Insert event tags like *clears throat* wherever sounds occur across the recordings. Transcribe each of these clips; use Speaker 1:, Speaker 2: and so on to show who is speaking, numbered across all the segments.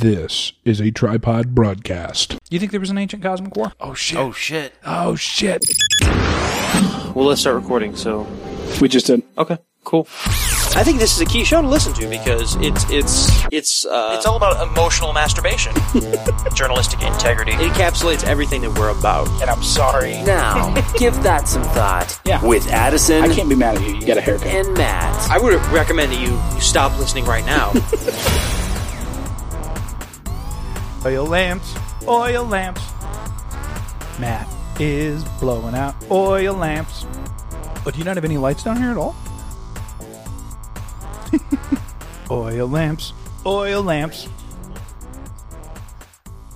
Speaker 1: This is a tripod broadcast.
Speaker 2: You think there was an ancient cosmic war?
Speaker 1: Oh shit.
Speaker 3: Oh shit.
Speaker 1: Oh shit.
Speaker 3: Well, let's start recording. So,
Speaker 1: We just did.
Speaker 3: okay, cool. I think this is a key show to listen to because it's it's it's uh,
Speaker 4: It's all about emotional masturbation, journalistic integrity,
Speaker 3: it encapsulates everything that we're about.
Speaker 4: and I'm sorry.
Speaker 5: Now, give that some thought
Speaker 1: Yeah.
Speaker 5: with Addison
Speaker 1: I can't be mad at you. You got a haircut.
Speaker 5: and Matt.
Speaker 3: I would recommend that you, you stop listening right now.
Speaker 2: Oil lamps, oil lamps. Matt is blowing out oil lamps. But do you not have any lights down here at all? *laughs* oil lamps, oil lamps.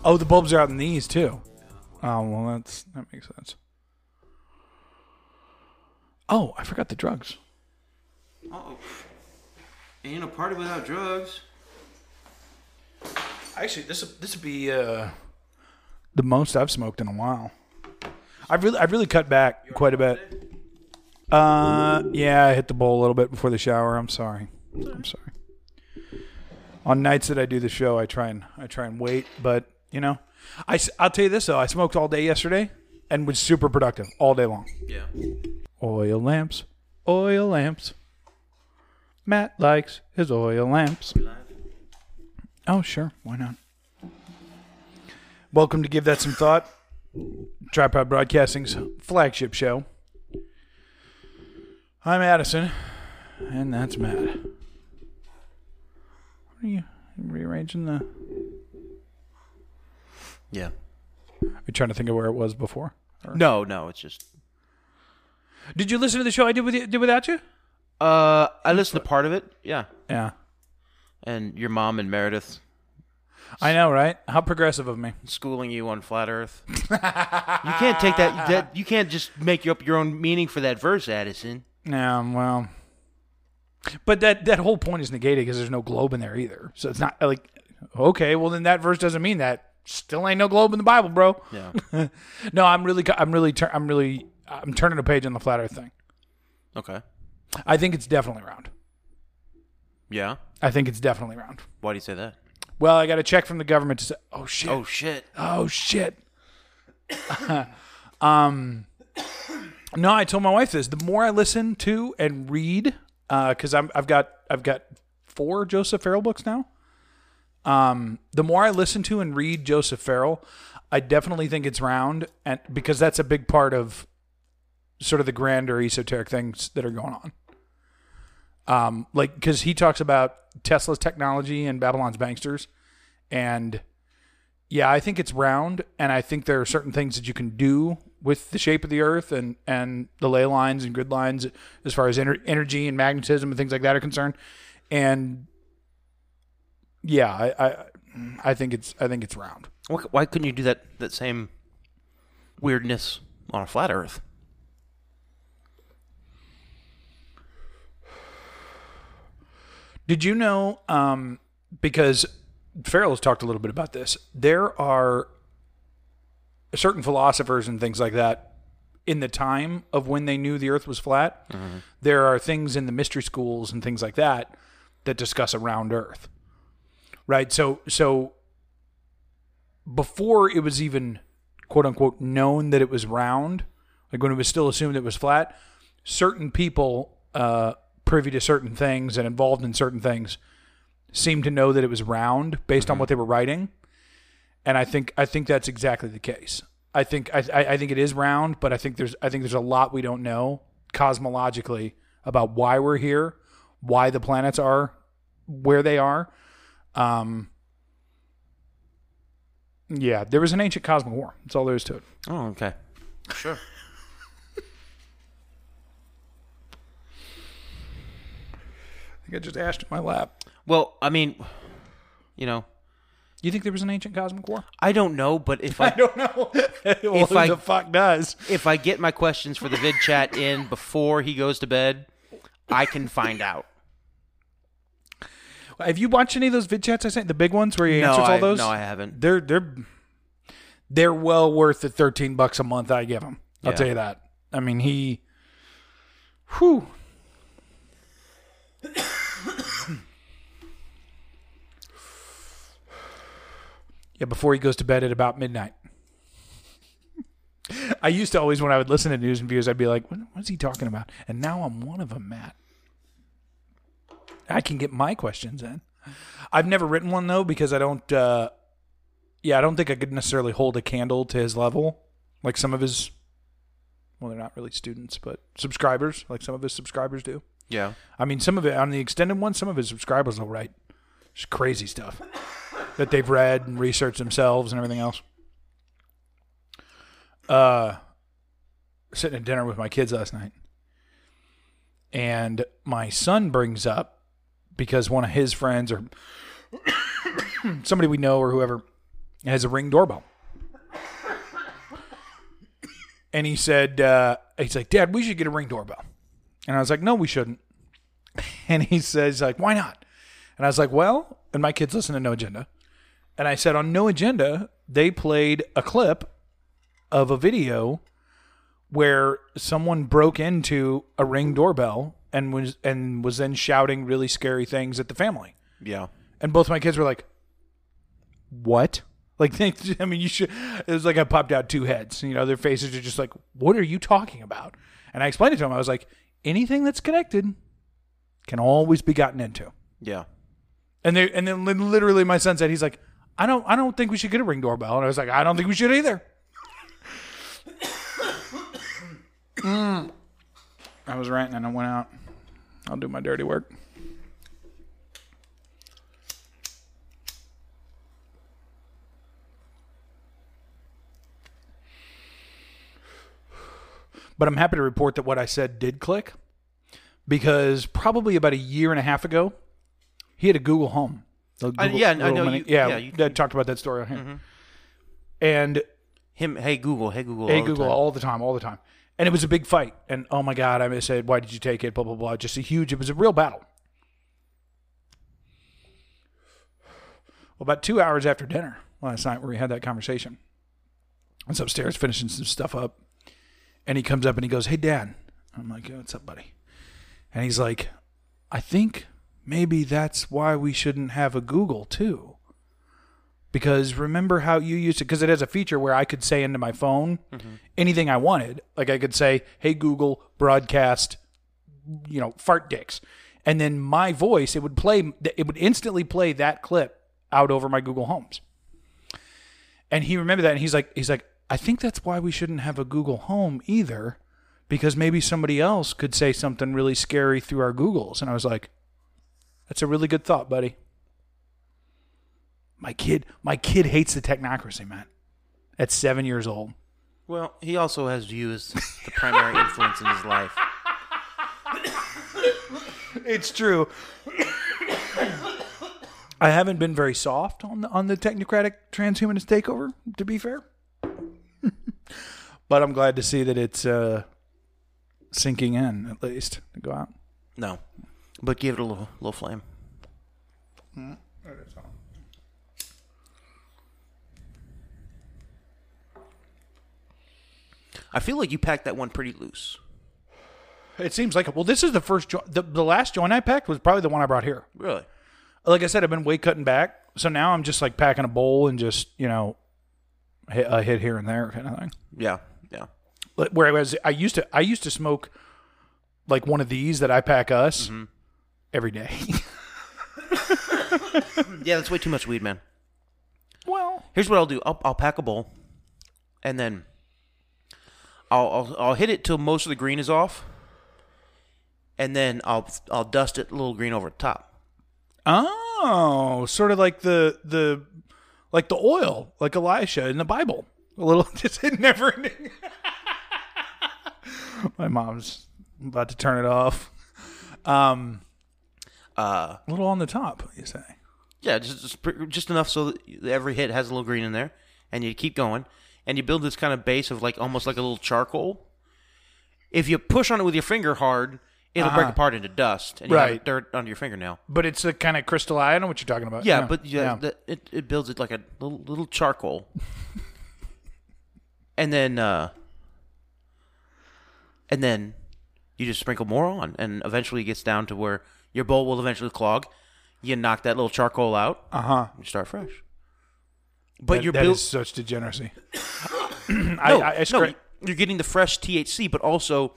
Speaker 2: Oh, the bulbs are out in these too. Oh well, that's that makes sense. Oh, I forgot the drugs.
Speaker 6: Oh. Ain't a party without drugs.
Speaker 2: Actually, this this would be uh, the most I've smoked in a while. I've really I've really cut back quite a bit. Uh, yeah, I hit the bowl a little bit before the shower. I'm sorry. I'm sorry. On nights that I do the show, I try and I try and wait, but you know, I will tell you this though, I smoked all day yesterday and was super productive all day long.
Speaker 6: Yeah.
Speaker 2: Oil lamps, oil lamps. Matt likes his oil lamps. Oh, sure. Why not? Welcome to Give That Some Thought, Tripod Broadcasting's flagship show. I'm Addison, and that's Matt. What are you rearranging the.
Speaker 6: Yeah.
Speaker 2: Are you trying to think of where it was before?
Speaker 6: No, no, it's just.
Speaker 2: Did you listen to the show I did with you, did without you?
Speaker 6: Uh, I listened to part of it. Yeah.
Speaker 2: Yeah.
Speaker 6: And your mom and Meredith
Speaker 2: I know, right? How progressive of me.
Speaker 6: schooling you on flat Earth. *laughs* you can't take that, that. You can't just make up your own meaning for that verse, Addison.
Speaker 2: Yeah, well, but that that whole point is negated because there's no globe in there either. So it's not like okay, well then that verse doesn't mean that. Still ain't no globe in the Bible, bro.
Speaker 6: Yeah.
Speaker 2: No, I'm really, I'm really, tur- I'm really, I'm turning a page on the flat Earth thing.
Speaker 6: *laughs* okay.
Speaker 2: I think it's definitely round.
Speaker 6: Yeah.
Speaker 2: I think it's definitely round.
Speaker 6: Why do you say that?
Speaker 2: Well, I got a check from the government to say, oh shit,
Speaker 6: Oh shit.
Speaker 2: Oh shit. *coughs* um, no, I told my wife this. The more I listen to and read, because I'm I've got I've got four Joseph Farrell books now. Um, the more I listen to and read Joseph Farrell, I definitely think it's round, and because that's a big part of sort of the grander esoteric things that are going on. Um, like because he talks about Tesla's technology and Babylon's banksters, and yeah, I think it's round, and I think there are certain things that you can do with the shape of the Earth and and the ley lines and grid lines as far as ener- energy and magnetism and things like that are concerned. And yeah, I, I I think it's I think it's round.
Speaker 6: Why, why couldn't you do that? That same weirdness on a flat Earth.
Speaker 2: Did you know? Um, because Farrell has talked a little bit about this. There are certain philosophers and things like that in the time of when they knew the Earth was flat. There are things in the mystery schools and things like that that discuss a round Earth, right? So, so before it was even quote unquote known that it was round, like when it was still assumed it was flat, certain people uh, privy to certain things and involved in certain things seemed to know that it was round based on what they were writing. And I think I think that's exactly the case. I think I, I I think it is round, but I think there's I think there's a lot we don't know cosmologically about why we're here, why the planets are where they are. Um, yeah, there was an ancient cosmic war. That's all there is to it.
Speaker 6: Oh, okay. Sure.
Speaker 2: I think I just ashed in my lap.
Speaker 6: Well, I mean, you know,
Speaker 2: You think there was an ancient cosmic war?
Speaker 6: I don't know, but if *laughs* I,
Speaker 2: don't know. well,
Speaker 6: If
Speaker 2: who
Speaker 6: I-
Speaker 2: the fuck does?
Speaker 6: if I get my questions for the vid chat in before he goes to bed, I can find out.
Speaker 2: Have you watched any of those vid chats I sent? The big ones where he
Speaker 6: No,
Speaker 2: answers
Speaker 6: I-
Speaker 2: all those?
Speaker 6: no, I haven't.
Speaker 2: They're they're they're well worth the thirteen bucks a month I give him. I'll
Speaker 6: Yeah.
Speaker 2: tell you that. I mean he, whew. *coughs* Yeah, before he goes to bed at about midnight. *laughs* I used to always, when I would listen to news and views, I'd be like, what, what's he talking about? And now I'm one of them, Matt. I can get my questions in. I've never written one, though, because I don't, uh, yeah, I don't think I could necessarily hold a candle to his level. Like some of his, well, they're not really students, but subscribers, like some of his subscribers do.
Speaker 6: Yeah.
Speaker 2: I mean, some of it on the extended one, some of his subscribers will write just crazy stuff that they've read and researched themselves and everything else. Uh, sitting at dinner with my kids last night, and my son brings up because one of his friends or *coughs* somebody we know or whoever has a ring doorbell. And he said, uh, he's like, Dad, we should get a ring doorbell. And I was like, no, we shouldn't. *laughs* And he says, like, why not? And I was like, well, and my kids listen to No Agenda. And I said, on No Agenda, they played a clip of a video where someone broke into a ring doorbell and was and was then shouting really scary things at the family.
Speaker 6: Yeah.
Speaker 2: And both my kids were like, "What?" Like, *laughs* they, I mean, you should. It was like I popped out two heads. You know, their faces are just like, "What are you talking about?" And I explained it to them. I was like, "Anything that's connected can always be gotten into."
Speaker 6: Yeah.
Speaker 2: And they and then li- literally, my son said, "He's like, I don't, I don't think we should get a ring doorbell." And I was like, "I don't think we should either." Mm. I was ranting and I went out. I'll do my dirty work. But I'm happy to report that what I said did click because probably about a year and a half ago, he had a Google Home. The
Speaker 6: I- Uh, yeah, I
Speaker 2: little
Speaker 6: know
Speaker 2: mini-
Speaker 6: you-
Speaker 2: yeah,
Speaker 6: yeah, you- Mm-hmm.
Speaker 2: that talked about that story on here. And
Speaker 6: Him. Hey Google. Hey Google.
Speaker 2: hey
Speaker 6: all the
Speaker 2: Google
Speaker 6: time.
Speaker 2: all the time, all the time. And it was a big fight. And oh my God, I said, why did you take it? Blah, blah, blah. Just a huge, it was a real battle. Well, about two hours after dinner last night, where we had that conversation, I was upstairs finishing some stuff up. And he comes up and he goes, hey, Dad. I'm like, "Yeah, what's up, buddy? And he's like, I think maybe that's why we shouldn't have a Google too. Because remember how you used to, because it has a feature where I could say into my phone anything I wanted. Like I could say, hey, Google, broadcast, you know, fart dicks. And then my voice, it would play, it would instantly play that clip out over my Google Homes. And he remembered that and he's like, he's like, I think that's why we shouldn't have a Google Home either because maybe somebody else could say something really scary through our Googles. And I was like, that's a really good thought, buddy. My kid, my kid hates the technocracy, man. At seven years old.
Speaker 6: Well, he also has you as the primary influence in his life.
Speaker 2: It's true. I haven't been very soft on the on the technocratic transhumanist takeover, to be fair. *laughs* but I'm glad to see that it's uh, sinking in, at least. to Go out.
Speaker 6: No, but give it a little, little flame. I feel like you packed that one pretty loose.
Speaker 2: It seems like it. Well, this is the first joint. The, the last joint I packed was probably the one I brought here.
Speaker 6: Really?
Speaker 2: Like I said, I've been weight cutting back, so now I'm just like packing a bowl and just you know, hit, a hit here and there kind of thing.
Speaker 6: Yeah, yeah.
Speaker 2: Like, Whereas I used to, I used to smoke like one of these that I pack us every day. *laughs*
Speaker 6: Yeah, that's way too much weed, man.
Speaker 2: well,
Speaker 6: Here's what I'll do. I'll, I'll pack a bowl, and then I'll, I'll I'll hit it till most of the green is off, and then I'll I'll dust it a little green over the top.
Speaker 2: oh, sort of like the the like the oil, like Elisha in the Bible. A little, *laughs* just it never ending. My mom's about to turn it off. Um,
Speaker 6: Uh,
Speaker 2: a little on the top, you say.
Speaker 6: yeah, just just, pr- just enough so that every hit has a little green in there, and you keep going, and you build this kind of base of like almost like a little charcoal. If you push on it with your finger hard, it'll break apart into dust, and you
Speaker 2: Right.
Speaker 6: have dirt under your fingernail.
Speaker 2: But it's the kind of crystal. I know what you're talking about.
Speaker 6: Yeah, but yeah, the- it, it builds it like a little, little charcoal. *laughs* and then uh and then you just sprinkle more on and eventually it gets down to where your bowl will eventually clog. You knock that little charcoal out.
Speaker 2: uh huh.
Speaker 6: You start fresh. But
Speaker 2: That-
Speaker 6: you're
Speaker 2: that
Speaker 6: built.
Speaker 2: is such
Speaker 6: *coughs*
Speaker 2: degeneracy.
Speaker 6: no,
Speaker 2: I, I, I
Speaker 6: no,
Speaker 2: scra-
Speaker 6: you- you're getting the fresh THC, but also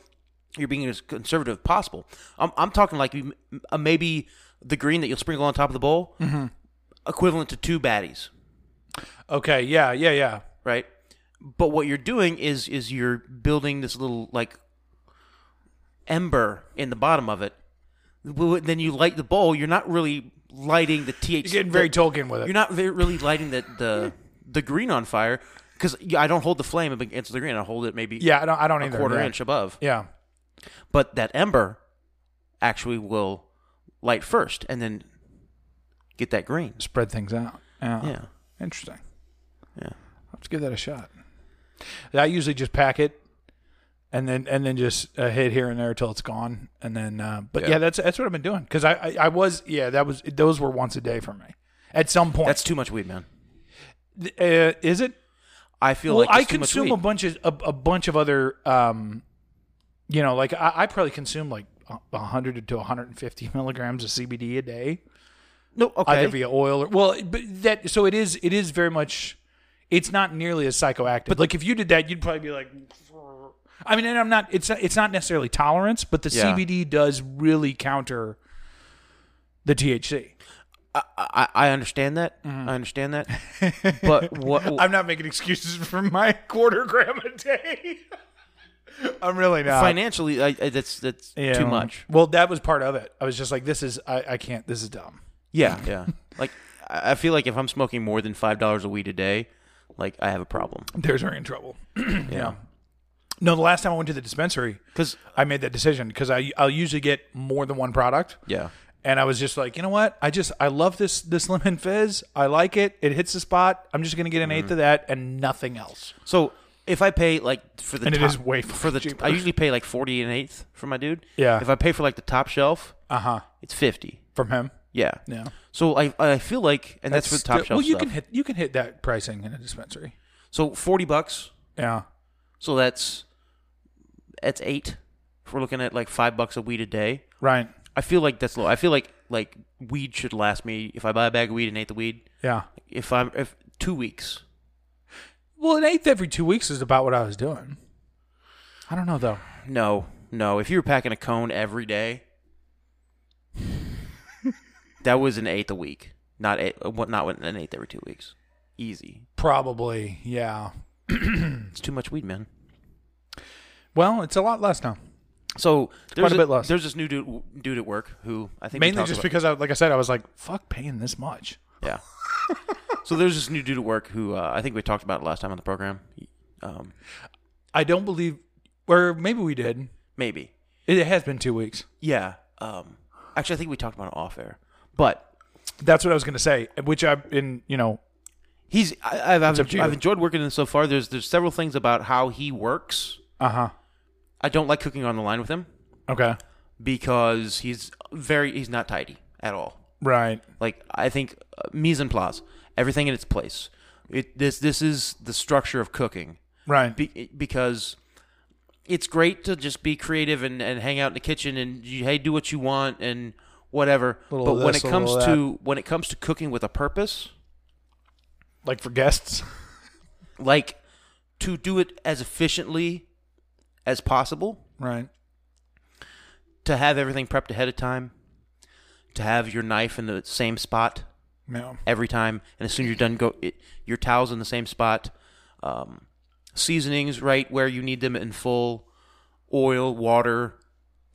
Speaker 6: you're being as conservative as possible. I'm, I'm talking like you- uh, maybe the green that you'll sprinkle on top of the bowl,
Speaker 2: Mm-hmm.
Speaker 6: equivalent to two baddies,
Speaker 2: Okay, yeah, yeah, yeah.
Speaker 6: right? But what you're doing is is you're building this little like ember in the bottom of it. Wh- Then you light the bowl. You're not really lighting the THC.
Speaker 2: You're getting very
Speaker 6: the-
Speaker 2: Tolkien with it.
Speaker 6: You're not ve- really lighting the the, the green on fire because I don't hold the flame against the green. I hold it maybe
Speaker 2: yeah, I don't. I don't
Speaker 6: a
Speaker 2: either.
Speaker 6: quarter
Speaker 2: yeah.
Speaker 6: inch above.
Speaker 2: Yeah.
Speaker 6: But that ember actually will light first and then get that green.
Speaker 2: spread things out. Yeah.
Speaker 6: Yeah.
Speaker 2: Interesting.
Speaker 6: Yeah.
Speaker 2: Let's give that a shot. I usually just pack it and then and then just uh, hit here and there till it's gone and then uh, but yeah. that's that's what I've been doing cuz I, I I was yeah, that was those were once a day for me. At some point.
Speaker 6: That's too much weed, man.
Speaker 2: uh, is it
Speaker 6: I feel
Speaker 2: well,
Speaker 6: like that's
Speaker 2: I
Speaker 6: too much
Speaker 2: consume
Speaker 6: weed.
Speaker 2: a bunch of a, a bunch of other, um, you know, like I, I probably consume like a hundred to one hundred and fifty *laughs* milligrams of CBD a day,
Speaker 6: no, okay.
Speaker 2: either via oil or well, but that so it is it is very much, it's not nearly as psychoactive. But like if you did that, you'd probably be like, I mean, and I'm not. It's not, it's not necessarily tolerance, but the
Speaker 6: Yeah.
Speaker 2: CBD does really counter the THC.
Speaker 6: I, I understand that. I
Speaker 2: *laughs*
Speaker 6: understand that. but what?
Speaker 2: Mm-hmm. I'm not making excuses *laughs* for my quarter gram a day. *laughs* I'm really not.
Speaker 6: financially, I, I, that's that's
Speaker 2: Yeah,
Speaker 6: too
Speaker 2: well,
Speaker 6: much.
Speaker 2: Well, that was part of it. I was just like, this is I, I can't. This is dumb.
Speaker 6: Yeah, yeah. like I I feel like if I'm smoking more than five dollars a weed a day, like I have a problem.
Speaker 2: *laughs* There's her in trouble. *clears throat* yeah. No, the last time I went to the dispensary,
Speaker 6: Because
Speaker 2: I made that decision because I I'll usually get more than one product.
Speaker 6: yeah,
Speaker 2: And I was just like, you know what? I just I love this this *laughs* lemon fizz. I like it. It hits the spot. I'm just gonna get an eighth of that and nothing else.
Speaker 6: So if I pay like for the
Speaker 2: And it
Speaker 6: top,
Speaker 2: is way fucking
Speaker 6: *laughs* for the
Speaker 2: cheaper.
Speaker 6: I usually pay like forty an eighth for my dude.
Speaker 2: Yeah.
Speaker 6: If I pay for like the top shelf,
Speaker 2: Uh huh.
Speaker 6: it's fifty.
Speaker 2: From him.
Speaker 6: Yeah.
Speaker 2: Yeah.
Speaker 6: So I I feel like and that's, for the top
Speaker 2: still-
Speaker 6: shelf.
Speaker 2: Well, you
Speaker 6: stuff.
Speaker 2: can hit you can hit that pricing in a dispensary.
Speaker 6: so forty bucks.
Speaker 2: Yeah.
Speaker 6: So that's that's eight. If we're looking at like five bucks a weed a day,
Speaker 2: Right.
Speaker 6: I feel like that's low. I feel like like weed should last me if I buy a bag of weed and ate the weed.
Speaker 2: Yeah.
Speaker 6: If I'm if two weeks.
Speaker 2: Well, an eighth every two weeks is about what I was doing. I don't know though.
Speaker 6: No, no. If you were packing a cone
Speaker 2: *laughs*
Speaker 6: every day, that was an eighth a week. Not eight, uh, what? Not an eighth every two weeks. Easy.
Speaker 2: Probably, yeah.
Speaker 6: It's too much weed, man.
Speaker 2: Well, it's a lot less now.
Speaker 6: So there's
Speaker 2: quite a bit less.
Speaker 6: There's this new dude, dude at work who I think we
Speaker 2: Mainly
Speaker 6: talked
Speaker 2: just
Speaker 6: about-
Speaker 2: because, I, like I said, I was like, "Fuck, paying this much." *laughs*
Speaker 6: yeah. so there's this new dude at work who uh, I think we talked about last time on the program. Um,
Speaker 2: I don't believe, or maybe we did.
Speaker 6: maybe.
Speaker 2: It has been two weeks.
Speaker 6: Yeah. Um, actually, I think we talked about it off air, but
Speaker 2: That's what I was going to say. Which I, in you know,
Speaker 6: He's I, I've I've,
Speaker 2: up to you.
Speaker 6: I've enjoyed working in so far. There's there's several things about how he works.
Speaker 2: uh huh.
Speaker 6: I don't like cooking on the line with him
Speaker 2: Okay,
Speaker 6: because he's very he's not tidy at all.
Speaker 2: right.
Speaker 6: Like I think uh, mise en place, everything in its place. It this this is the structure of cooking
Speaker 2: Right.
Speaker 6: be, because it's great to just be creative and, and hang out in the kitchen and you, hey do what you want and whatever.
Speaker 2: Little
Speaker 6: but
Speaker 2: of
Speaker 6: when it
Speaker 2: this, a
Speaker 6: comes
Speaker 2: little of
Speaker 6: to when it comes to cooking with a purpose,
Speaker 2: like for guests.
Speaker 6: like to do it as efficiently as possible
Speaker 2: Right.
Speaker 6: to have everything prepped ahead of time to have your knife in the same spot
Speaker 2: Yeah.
Speaker 6: every time and as soon as you're done go it, your towels in the same spot um, seasonings right where you need them in full oil water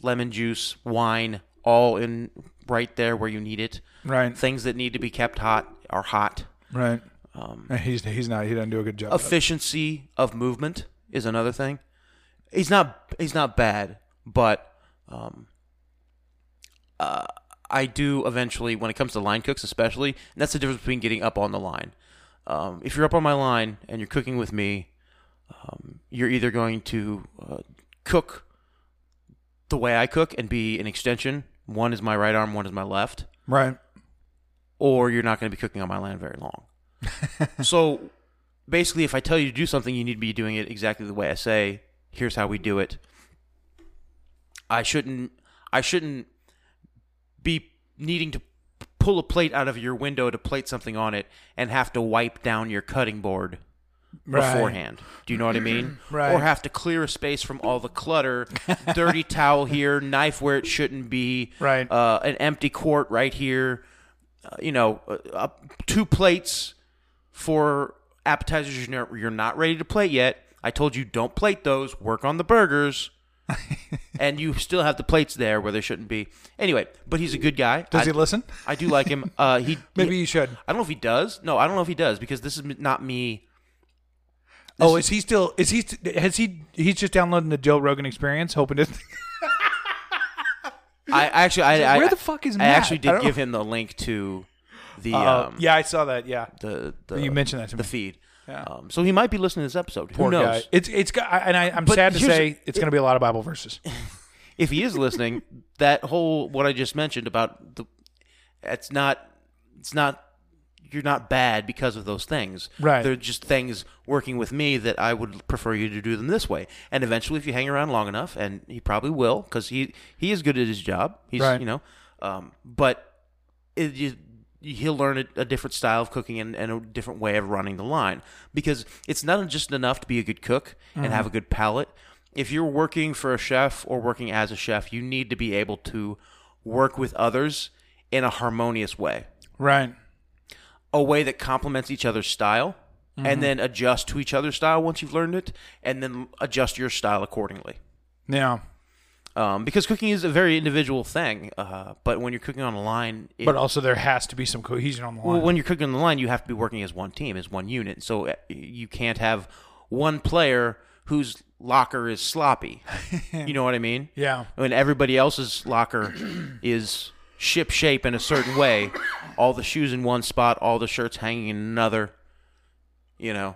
Speaker 6: lemon juice wine all in right there where you need it
Speaker 2: Right.
Speaker 6: things that need to be kept hot are hot
Speaker 2: Right. Um, he's he's not. He doesn't do a good job. of it.
Speaker 6: efficiency of movement is another thing. He's not he's not bad, but um, uh, I do eventually when it comes to line cooks, especially, and that's the difference between getting up on the line. Um, if you're up on my line and you're cooking with me, um, you're either going to uh, cook the way I cook and be an extension. One is my right arm, one is my left
Speaker 2: right.
Speaker 6: or you're not going to be cooking on my land very long. so basically, if I tell you to do something, you need to be doing it exactly the way I say. Here's how we do it. I shouldn't. I shouldn't be needing to pull a plate out of your window to plate something on it and have to wipe down your cutting board
Speaker 2: Right.
Speaker 6: beforehand. Do you know what I mean?
Speaker 2: *clears throat* Right.
Speaker 6: Or have to clear a space from all
Speaker 2: *laughs*
Speaker 6: the clutter, dirty towel here, knife where it shouldn't be,
Speaker 2: Right.
Speaker 6: Uh, an empty quart right here, uh, you know, uh, uh, two plates for appetizers you're not, you're not ready to plate yet. I told you don't plate those. Work on
Speaker 2: *laughs*
Speaker 6: the burgers. and you still have the plates there where they shouldn't be. Anyway, but he's a good guy.
Speaker 2: Does
Speaker 6: I-
Speaker 2: he listen?
Speaker 6: I do like him. Uh, he
Speaker 2: *laughs* Maybe
Speaker 6: he-
Speaker 2: you should.
Speaker 6: I don't know if he does. No, I don't know if he does because this is m- not me.
Speaker 2: Oh, is he still? Is he? Has he? He's just downloading the Joe Rogan Experience, hoping to. *laughs*
Speaker 6: I I actually, I, I
Speaker 2: Where the fuck is
Speaker 6: I
Speaker 2: Matt? I
Speaker 6: actually did
Speaker 2: don't-
Speaker 6: give him the link to the
Speaker 2: Uh,
Speaker 6: um,
Speaker 2: yeah, I saw that. Yeah,
Speaker 6: the, the
Speaker 2: You mentioned that to
Speaker 6: the
Speaker 2: me.
Speaker 6: feed.
Speaker 2: Yeah.
Speaker 6: Um, so he might be listening to this episode.
Speaker 2: Poor
Speaker 6: Who knows?
Speaker 2: guy. It's it's got- I- and I, I'm
Speaker 6: But
Speaker 2: sad to
Speaker 6: here's-
Speaker 2: say it's going to be a lot of Bible
Speaker 6: *laughs*
Speaker 2: verses.
Speaker 6: If he is
Speaker 2: *laughs*
Speaker 6: listening, that whole what I just mentioned about the it's not it's not you're not bad because of those things.
Speaker 2: Right.
Speaker 6: They're just things working with me that I would prefer you to do them this way. And eventually, if you hang around long enough, and he probably will, because he he is good at his job. He's
Speaker 2: Right.
Speaker 6: you know, um, but it, you, he'll learn a, a different style of cooking and, and a different way of running the line because it's not just enough to be a good cook and have a good palate. If you're working for a chef or working as a chef, you need to be able to work with others in a harmonious way,
Speaker 2: Right.
Speaker 6: a way that complements each other's style. And then adjust to each other's style once you've learned it, and then adjust your style accordingly
Speaker 2: Yeah.
Speaker 6: um, because cooking is a very individual thing. Uh, but when you're cooking on a line, it,
Speaker 2: But also there has to be some cohesion on the line.
Speaker 6: well, when you're cooking on the line, you have to be working as one team, as one unit. So uh, you can't have one player whose locker is sloppy. you know what I mean?
Speaker 2: yeah.
Speaker 6: When everybody else's locker *clears throat* is ship shape in a certain way, all the shoes in one spot, all the shirts hanging in another. You know,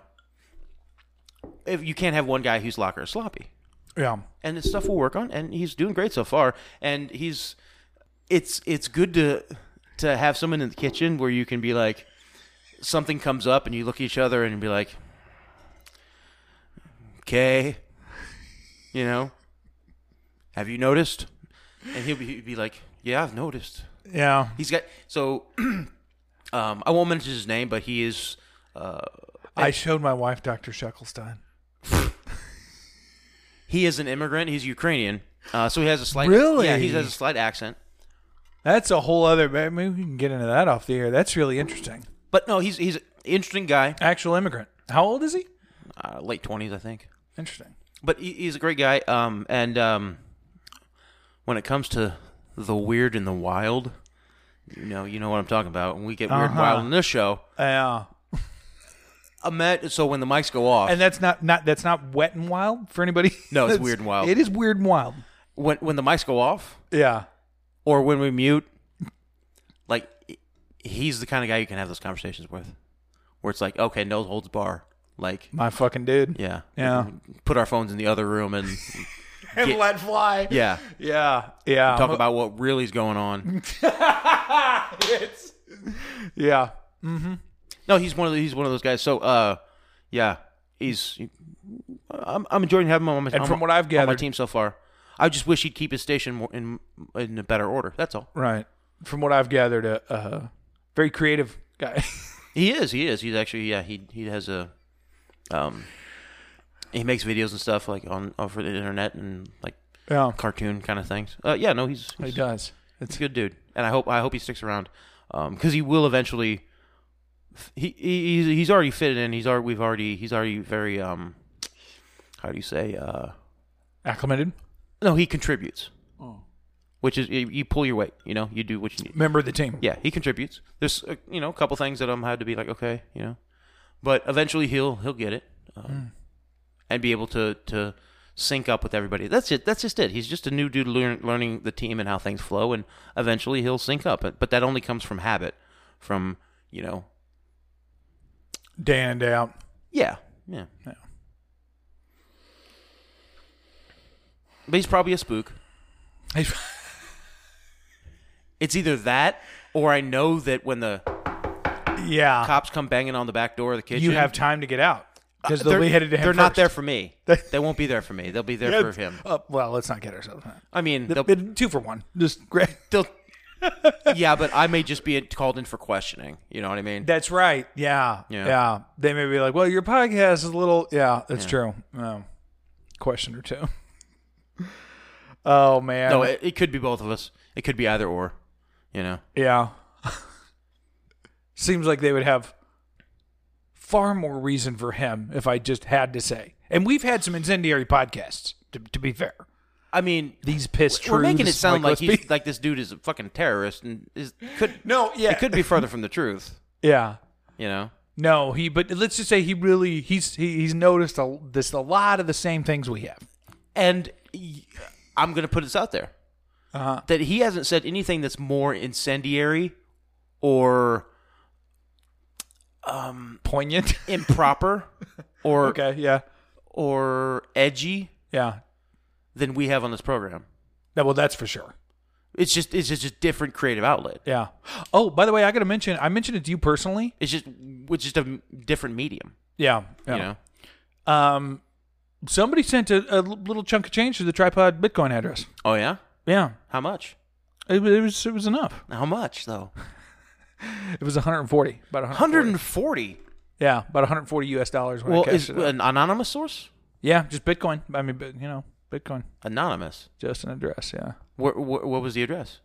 Speaker 6: if you can't have one guy whose locker is sloppy
Speaker 2: Yeah.
Speaker 6: and it's stuff we'll work on and he's doing great so far and he's it's it's good to to have someone in the kitchen where you can be like something comes up and you look at each other and be like okay you know have you noticed and he'll be, he'll be like yeah i've noticed
Speaker 2: Yeah.
Speaker 6: he's got so *clears throat* um i won't mention his name but he is
Speaker 2: I showed my wife Dr. Shuckelstein.
Speaker 6: he is an immigrant he's ukrainian uh, so he has a slight
Speaker 2: Really?
Speaker 6: yeah he has a slight accent
Speaker 2: That's a whole other. Maybe we can get into that off the air. That's really interesting.
Speaker 6: But no, he's he's an interesting guy.
Speaker 2: Actual immigrant. How old is he?
Speaker 6: Uh, late twenties, I think.
Speaker 2: Interesting.
Speaker 6: But he, he's a great guy. Um, and um, when it comes to the weird and the wild, you know, you know what I'm talking about. When we get weird and
Speaker 2: Uh-huh.
Speaker 6: wild in this show,
Speaker 2: Yeah.
Speaker 6: I met. So when the mics go off,
Speaker 2: And that's not not that's not wet and wild for anybody.
Speaker 6: *laughs* No, it's
Speaker 2: That's-
Speaker 6: weird and wild.
Speaker 2: It is weird and wild.
Speaker 6: when when the mics go off,
Speaker 2: Yeah.
Speaker 6: or when we mute, like he's the kind of guy you can have those conversations with, where it's like, okay, no holds bar. Like,
Speaker 2: My fucking dude.
Speaker 6: yeah,
Speaker 2: Yeah.
Speaker 6: Put our phones in the other room and
Speaker 2: And let fly. *laughs*
Speaker 6: yeah,
Speaker 2: Yeah. Yeah.
Speaker 6: talk about what really is going on.
Speaker 2: It's- yeah.
Speaker 6: No, he's one of the, he's one of those guys. So, uh, yeah, he's. I'm, I'm enjoying having him on my
Speaker 2: And
Speaker 6: on
Speaker 2: from
Speaker 6: my-
Speaker 2: what I've
Speaker 6: on my
Speaker 2: gathered-
Speaker 6: team so far. I just wish he'd keep his station more in in a better order. That's all.
Speaker 2: Right. From what I've gathered, a uh, very creative guy. *laughs*
Speaker 6: He is. He is. He's actually. Yeah. He he has a. Um. He makes videos and stuff like on over the internet and like
Speaker 2: yeah.
Speaker 6: cartoon kind of things. Uh, yeah. No, he's
Speaker 2: He
Speaker 6: he's,
Speaker 2: does.
Speaker 6: he's a good dude, and I hope I hope he sticks around, um, because he will eventually. He, he he's he's already fitted in. He's already we've already he's already very um, how do you say uh.
Speaker 2: Acclimated.
Speaker 6: No, he contributes. Which is you you pull your weight, you know, you do what you need.
Speaker 2: Member of the team.
Speaker 6: Yeah, he contributes. There's uh, you know a couple things that I'm had to be like okay, you know, but eventually he'll he'll get it um,
Speaker 2: Hmm.
Speaker 6: and be able to to sync up with everybody. That's it. That's just it. He's just a new dude learn, learning the team and how things flow, and eventually he'll sync up. But- But that only comes from habit, from you know,
Speaker 2: Day in and day out. *laughs*
Speaker 6: yeah, yeah. But he's probably a spook.
Speaker 2: He's-
Speaker 6: It's either that or I know that when the
Speaker 2: yeah.
Speaker 6: cops come banging on the back door of the kitchen,
Speaker 2: You have time to get out because they'll
Speaker 6: Uh, they're,
Speaker 2: be headed to him.
Speaker 6: they're not there
Speaker 2: first. *laughs*
Speaker 6: for me. they won't be there for me. They'll be there for him.
Speaker 2: Uh, well, let's not get ourselves. in that.
Speaker 6: I mean, they'll,
Speaker 2: It- Two for one. Just *laughs* great.
Speaker 6: they'll yeah, but I may just be called in for questioning. You know what I mean?
Speaker 2: That's right. Yeah.
Speaker 6: Yeah.
Speaker 2: Yeah. They may be like, well, your podcast is a little. Yeah, that's true. Um, question or
Speaker 6: *laughs*
Speaker 2: two. oh, man.
Speaker 6: no, it, it could be both of us. It could be either or. You know?
Speaker 2: yeah. *laughs* Seems like they would have far more reason for him if I just had to say. And we've had some incendiary podcasts, to, to be fair.
Speaker 6: I mean,
Speaker 2: These piss
Speaker 6: we're making it
Speaker 2: truths,
Speaker 6: sound like
Speaker 2: let's
Speaker 6: he's,
Speaker 2: be-
Speaker 6: like this dude is a fucking terrorist and is could
Speaker 2: *laughs* No, yeah.
Speaker 6: it could be further from the truth.
Speaker 2: Yeah.
Speaker 6: You know?
Speaker 2: No, he. But let's just say he really he's he, he's noticed a, this a lot of the same things we have.
Speaker 6: And y- I'm going to put this out there
Speaker 2: Uh-huh.
Speaker 6: that he hasn't said anything that's more incendiary or
Speaker 2: Poignant. *laughs*
Speaker 6: improper or
Speaker 2: okay. Yeah.
Speaker 6: or edgy
Speaker 2: Yeah.
Speaker 6: than we have on this program.
Speaker 2: No, well, that's for sure.
Speaker 6: It's just it's just a different creative outlet.
Speaker 2: Yeah. Oh, by the way, I got to mention. I mentioned it to you personally.
Speaker 6: It's just it's just a m- different medium.
Speaker 2: Yeah. yeah.
Speaker 6: You know?
Speaker 2: Um, somebody sent a, a l- little chunk of change to the tripod Bitcoin address.
Speaker 6: Oh yeah?
Speaker 2: Yeah.
Speaker 6: How much?
Speaker 2: It, wa- it was it was enough.
Speaker 6: How
Speaker 2: *laughs*
Speaker 6: much though?
Speaker 2: It was 140, about 140.
Speaker 6: 140.
Speaker 2: Yeah, about 140 US dollars. When
Speaker 6: Well,
Speaker 2: I cashed
Speaker 6: is uh,
Speaker 2: it out.
Speaker 6: an anonymous source?
Speaker 2: yeah, just Bitcoin. I mean, but, you know, Bitcoin,
Speaker 6: Anonymous.
Speaker 2: just an address. Yeah.
Speaker 6: Where, where, what was the address?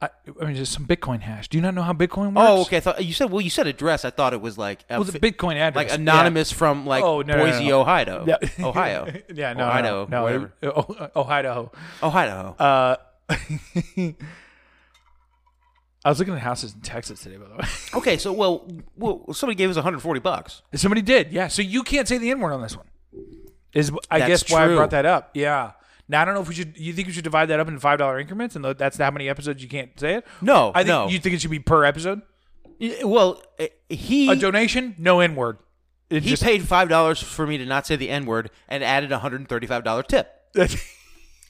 Speaker 2: I, I mean, just some Bitcoin hash. Do you not know how Bitcoin works?
Speaker 6: Oh, okay. I thought you said well. You said address. I thought it was like a
Speaker 2: Well, the
Speaker 6: fi-
Speaker 2: Bitcoin address,
Speaker 6: like
Speaker 2: yeah.
Speaker 6: anonymous from like
Speaker 2: Oh, no, no, no,
Speaker 6: Boise,
Speaker 2: no.
Speaker 6: Ohio,
Speaker 2: Yeah.
Speaker 6: *laughs* Ohio.
Speaker 2: *laughs* Yeah, no, no,
Speaker 6: Or Idaho,
Speaker 2: no, *laughs*
Speaker 6: whatever.
Speaker 2: it- oh, oh, Idaho.
Speaker 6: Ohio.
Speaker 2: Uh, *laughs* I was looking at houses in Texas today, by the way. *laughs*
Speaker 6: okay, so well, well, somebody gave us 140 bucks.
Speaker 2: Somebody did, yeah. So you can't say the N word on this one. Is I
Speaker 6: That's
Speaker 2: guess why I
Speaker 6: true.
Speaker 2: brought that up. Yeah. Now I don't know if we should. You think we should divide that up into five dollar increments, and that's how many episodes you can't say it?
Speaker 6: No,
Speaker 2: I think
Speaker 6: no.
Speaker 2: you think it should be per episode.
Speaker 6: Y- Well, uh, he
Speaker 2: A donation, no N word. It
Speaker 6: he
Speaker 2: just-
Speaker 6: paid five dollars for me to not say the n word and added a 135 dollar tip.
Speaker 2: *laughs*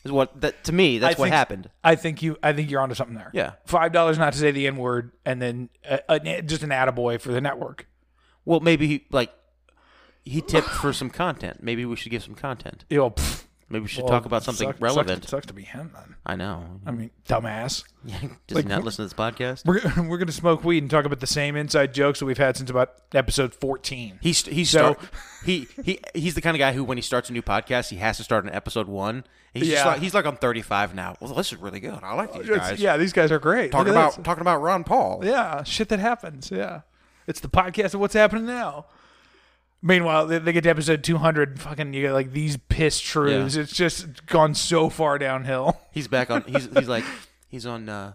Speaker 6: Is what that to me? That's
Speaker 2: I
Speaker 6: what
Speaker 2: think-
Speaker 6: happened.
Speaker 2: I think you. I think you're onto something there.
Speaker 6: Yeah.
Speaker 2: Five dollars not to say the N word, and then uh, uh, just an attaboy for the network.
Speaker 6: Well, maybe he like he tipped for some content. Maybe we should give some content.
Speaker 2: You know, pff,
Speaker 6: Maybe we should
Speaker 2: well,
Speaker 6: talk about something
Speaker 2: suck- sucks-
Speaker 6: relevant.
Speaker 2: Sucks, to be him then.
Speaker 6: I know. *laughs*
Speaker 2: I mean, dumbass.
Speaker 6: Does he not listen to this podcast?
Speaker 2: We're we're gonna *laughs* smoke weed and talk about the same inside jokes that we've had since about episode fourteen.
Speaker 6: He's he's
Speaker 2: So- *laughs*
Speaker 6: start, he he he's the kind of guy who when he starts a new podcast he has to start in episode one. He's just
Speaker 2: Yeah.
Speaker 6: like he's like I'm 35 now. Well, this is really good. I like these
Speaker 2: It's-
Speaker 6: guys.
Speaker 2: yeah, these guys are great.
Speaker 6: talking
Speaker 2: Look at
Speaker 6: about talking about Ron Paul.
Speaker 2: this. yeah shit that happens. Yeah, it's the podcast of what's happening now. Meanwhile, they, they get to episode two hundred. Fucking, you get like these piss truths. It's just gone so far downhill. *laughs*
Speaker 6: He's back on. He's he's like he's on uh,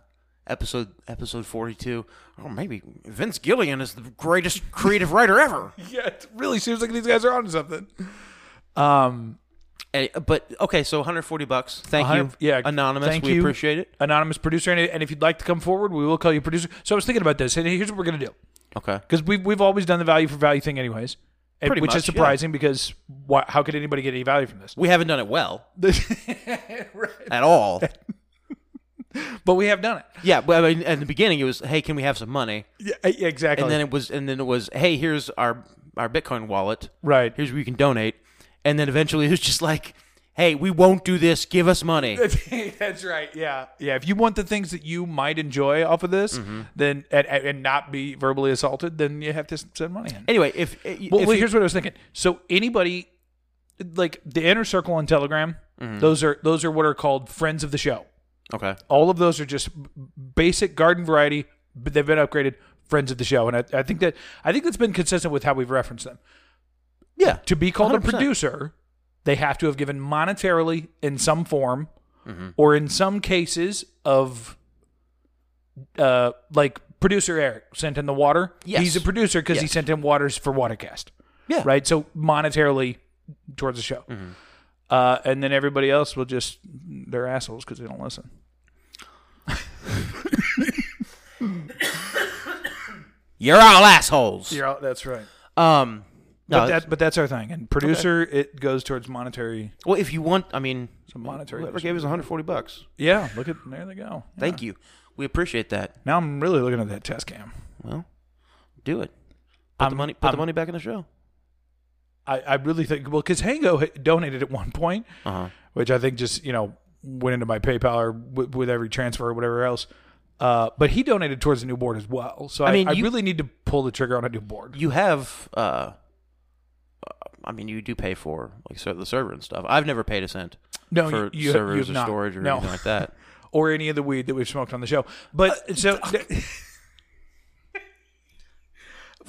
Speaker 6: episode episode 42. Oh, maybe Vince Gillian is the greatest creative writer ever.
Speaker 2: Yeah, it really seems like these guys are onto something. Um,
Speaker 6: And- but okay, so 140 bucks. Thank you,
Speaker 2: 100 yeah,
Speaker 6: anonymous.
Speaker 2: thank
Speaker 6: we
Speaker 2: you.
Speaker 6: appreciate it.
Speaker 2: anonymous producer, and, and if you'd like to come forward, we will call you producer. So I was thinking about this, and here's what we're gonna do
Speaker 6: Okay,
Speaker 2: because we've we've always done the value for value thing, anyways, and-
Speaker 6: Pretty
Speaker 2: which
Speaker 6: much,
Speaker 2: is surprising because why, how could anybody get any value from this?
Speaker 6: we haven't done
Speaker 2: *laughs*
Speaker 6: it well *laughs* at all.
Speaker 2: But we have done it.
Speaker 6: yeah, but I mean, at the beginning it was, hey, can we have some money?
Speaker 2: Yeah, Oh, yeah, exactly.
Speaker 6: and then it was and then it was hey here's our our bitcoin wallet
Speaker 2: Right.
Speaker 6: here's where you can donate and then eventually it was just like hey we won't do this give us money
Speaker 2: *laughs* That's right. Yeah. Yeah. If you want the things that you might enjoy off of this,
Speaker 6: Mm-hmm.
Speaker 2: then and, and and not be verbally assaulted, then you have to send money in.
Speaker 6: anyway if,
Speaker 2: Well,
Speaker 6: if
Speaker 2: well,
Speaker 6: you-
Speaker 2: here's what I was thinking. So anybody, like the inner circle on Telegram,
Speaker 6: Mm-hmm.
Speaker 2: those are those are what are called friends of the show.
Speaker 6: okay
Speaker 2: All of those are just b- basic garden variety, but they've been upgraded friends of the show, and I, I think that I think that's been consistent with how we've referenced them.
Speaker 6: yeah
Speaker 2: To be called a
Speaker 6: 100%.
Speaker 2: producer, they have to have given monetarily in some form,
Speaker 6: Mm-hmm.
Speaker 2: or in some cases of, uh, like producer Eric sent in the water.
Speaker 6: Yes.
Speaker 2: he's a producer because he
Speaker 6: Yes.
Speaker 2: sent in waters for Watercast
Speaker 6: yeah Mm-hmm.
Speaker 2: right? So monetarily towards the show, uh, and then everybody else will just they're assholes because they don't listen.
Speaker 6: you're all assholes
Speaker 2: Yeah, that's right.
Speaker 6: um
Speaker 2: But
Speaker 6: no,
Speaker 2: Uh, that but that's our thing. And producer, it goes towards monetary.
Speaker 6: well if you want i mean
Speaker 2: Some monetary.
Speaker 6: whoever gave us 140 bucks
Speaker 2: Yeah, look at there. They go.
Speaker 6: thank you we appreciate that
Speaker 2: Now I'm really looking at that test cam.
Speaker 6: well do it put the
Speaker 2: I'm-
Speaker 6: money put the
Speaker 2: I'm-
Speaker 6: money back in the show
Speaker 2: I, I really think well because Hango had donated at one point,
Speaker 6: uh-huh
Speaker 2: which I think just you know went into my PayPal or w- with every transfer or whatever else. Uh, but he donated towards a new board as well. So I, I,
Speaker 6: mean, you-
Speaker 2: really need to pull the trigger on a new board.
Speaker 6: you have uh, uh i mean you do pay for like ser- the server and stuff i've never paid a cent
Speaker 2: No,
Speaker 6: for
Speaker 2: you- you-
Speaker 6: servers
Speaker 2: you've
Speaker 6: or
Speaker 2: not.
Speaker 6: storage or
Speaker 2: No.
Speaker 6: anything like Uh, that
Speaker 2: *laughs* Or any of the weed that we've smoked on the show. But so *laughs*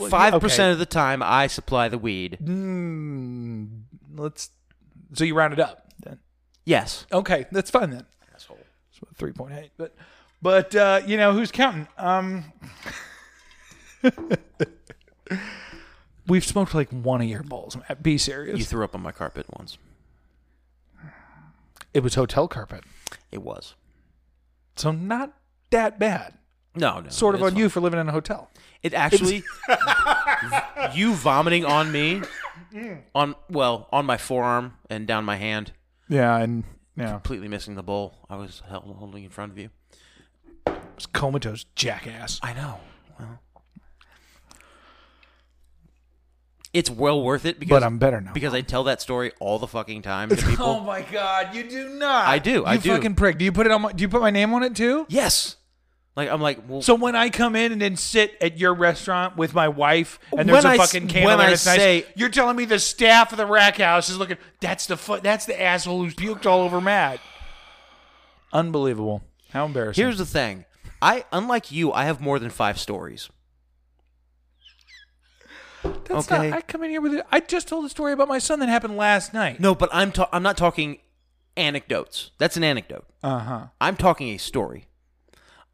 Speaker 6: five percent of the time i supply the weed
Speaker 2: Mm, let's. So you round it up then.
Speaker 6: yes
Speaker 2: Okay, that's fine then. Asshole. Three point eight, but but uh, you know who's counting? Um, *laughs* we've smoked like one of your bowls. Matt. Be serious.
Speaker 6: you threw up on my carpet once
Speaker 2: it was hotel carpet,
Speaker 6: it was
Speaker 2: so not that bad.
Speaker 6: no no
Speaker 2: Sort of
Speaker 6: it's
Speaker 2: on you for living in a hotel.
Speaker 6: It actually,
Speaker 2: *laughs*
Speaker 6: you vomiting on me,
Speaker 2: Mm.
Speaker 6: on well, on my forearm and down my hand,
Speaker 2: Yeah, and yeah,
Speaker 6: completely missing the bowl I was held, holding in front of you.
Speaker 2: it's comatose jackass.
Speaker 6: I know. Well, it's well worth it because
Speaker 2: But I'm better now.
Speaker 6: because I tell that story all the fucking
Speaker 2: *laughs*
Speaker 6: time to people.
Speaker 2: Oh my god, you do not.
Speaker 6: I do,
Speaker 2: You
Speaker 6: I do.
Speaker 2: fucking prick. Do you put it on? My, do you put my name on it too?
Speaker 6: Yes, like I'm like well,
Speaker 2: So when I come in and then sit at your restaurant with my wife, and
Speaker 6: When
Speaker 2: there's a
Speaker 6: I s-
Speaker 2: fucking candle
Speaker 6: when
Speaker 2: there,
Speaker 6: I
Speaker 2: and it's nice,
Speaker 6: say-
Speaker 2: you're telling me the staff of the rack house is looking. That's the foot. That's the asshole who's puked all over Matt. Unbelievable. How embarrassing.
Speaker 6: Here's the thing. I unlike you, I have more than five stories.
Speaker 2: That's
Speaker 6: okay.
Speaker 2: not- I come in here with. it. I just told a story about my son that happened last night.
Speaker 6: No, but I'm ta- I'm not talking anecdotes. That's an anecdote.
Speaker 2: Uh huh.
Speaker 6: I'm talking a story.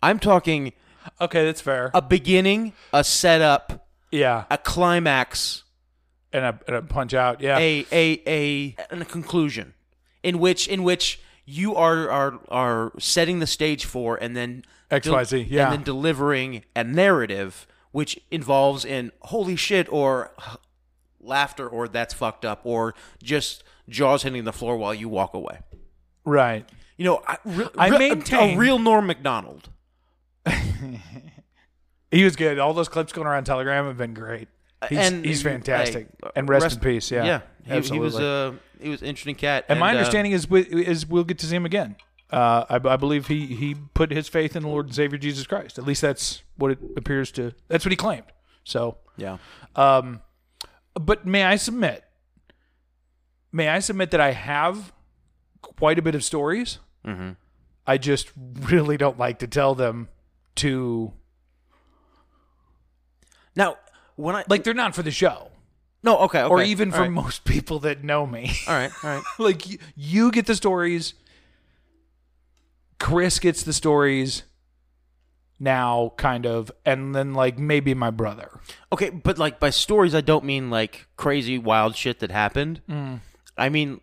Speaker 6: I'm talking
Speaker 2: Okay, that's fair.
Speaker 6: a beginning, a setup,
Speaker 2: yeah,
Speaker 6: a climax,
Speaker 2: and a, and a punch out. Yeah.
Speaker 6: a a a and a conclusion in which in which you are are are setting the stage for and then
Speaker 2: XYZ, yeah.
Speaker 6: and then delivering a narrative which involves in holy shit or laughter or that's fucked up or just jaws hitting the floor while you walk away.
Speaker 2: right.
Speaker 6: You know, I, re-
Speaker 2: I
Speaker 6: re- a-
Speaker 2: maintain-
Speaker 6: a real Norm Macdonald.
Speaker 2: He was good. All those clips going around Telegram have been great. He's,
Speaker 6: and
Speaker 2: he's
Speaker 6: hey,
Speaker 2: fantastic.
Speaker 6: uh,
Speaker 2: and rest, in peace. Yeah.
Speaker 6: yeah. He, he was
Speaker 2: absolutely.
Speaker 6: uh, he was an interesting cat.
Speaker 2: And my
Speaker 6: uh,
Speaker 2: understanding is we, is we'll get to see him again. Uh, I, I believe he, he put his faith in the Lord and Savior Jesus Christ. At least that's what it appears to. That's what he claimed. So,
Speaker 6: yeah,
Speaker 2: um, but may I submit? May I submit that I have quite a bit of stories. Mm-hmm. I just really don't like to tell them to
Speaker 6: now when I
Speaker 2: like they're not for the show
Speaker 6: no okay, okay
Speaker 2: or even
Speaker 6: all
Speaker 2: for
Speaker 6: right,
Speaker 2: most people that know me. *laughs*
Speaker 6: all right all right
Speaker 2: like you, you get the stories chris gets the stories now kind of and then like maybe my brother
Speaker 6: okay but like by stories I don't mean like crazy wild shit that happened.
Speaker 2: Mm.
Speaker 6: I mean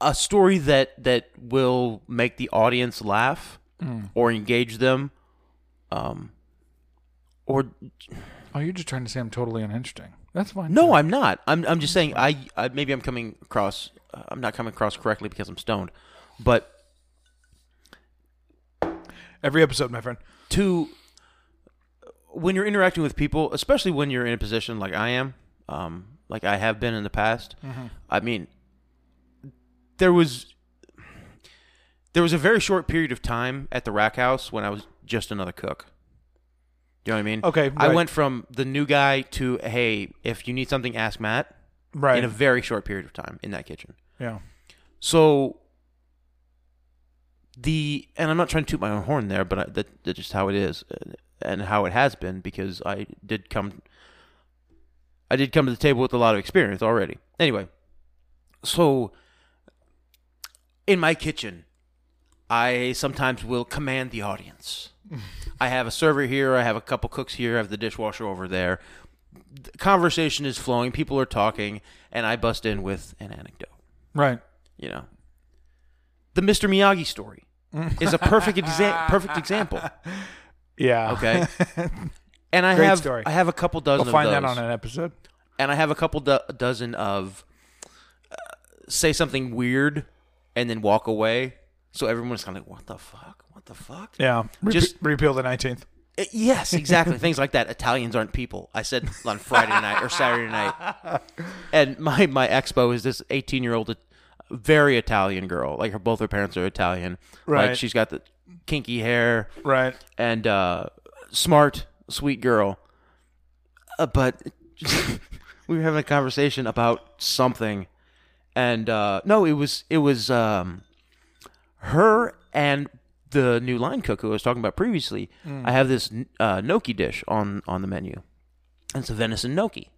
Speaker 6: a story that that will make the audience laugh
Speaker 2: Mm.
Speaker 6: or engage them, um, or
Speaker 2: oh you're just trying to say i'm totally uninteresting that's fine
Speaker 6: No, I'm not. I'm I'm just saying I, I maybe I'm coming across uh, I'm not coming across correctly because I'm stoned. But
Speaker 2: every episode my friend
Speaker 6: to when you're interacting with people, especially when you're in a position like I am, um, like I have been in the past,
Speaker 2: Mm-hmm.
Speaker 6: I mean, there was there was a very short period of time at the rack house when I was just another cook. You know what I mean?
Speaker 2: Okay,
Speaker 6: I
Speaker 2: right.
Speaker 6: went from the new guy to hey, if you need something, ask Matt.
Speaker 2: right
Speaker 6: In a very short period of time in that kitchen.
Speaker 2: yeah
Speaker 6: So the and I'm not trying to toot my own horn there, but I, that, that's just how it is uh, and how it has been because I did come I did come to the table with a lot of experience already. Anyway, so in my kitchen, I sometimes will command the audience. I have a server here, I have a couple cooks here, I have the dishwasher over there. The conversation is flowing, people are talking, and I bust in with an anecdote
Speaker 2: right
Speaker 6: you know. The Mr. Miyagi story
Speaker 2: Mm.
Speaker 6: is a perfect exa-
Speaker 2: *laughs*
Speaker 6: perfect example.
Speaker 2: yeah *laughs*
Speaker 6: Okay. And I
Speaker 2: Great
Speaker 6: have
Speaker 2: story.
Speaker 6: I have a couple
Speaker 2: i'll
Speaker 6: dozen
Speaker 2: find
Speaker 6: of
Speaker 2: that
Speaker 6: those.
Speaker 2: on an episode
Speaker 6: And I have a couple do- dozen of uh, say something weird and then walk away. So everyone's kind of like, "What the fuck? What the fuck?"
Speaker 2: yeah Repe-
Speaker 6: Just-
Speaker 2: repeal the 19th
Speaker 6: Uh, Yes,
Speaker 2: *laughs*
Speaker 6: exactly. Things like that. Italians aren't people. I said on Friday night or Saturday night. And my, my expo is this uh, 18 year old, very Italian girl. Like her, both her parents are Italian.
Speaker 2: Right.
Speaker 6: Like she's got the kinky hair,
Speaker 2: Right.
Speaker 6: and uh, smart, sweet girl. Uh, but we were having a conversation about something, and uh, no, it was it was um, her and the new line cook who I was talking about previously. I have this uh, gnocchi dish on on the menu. It's a venison gnocchi.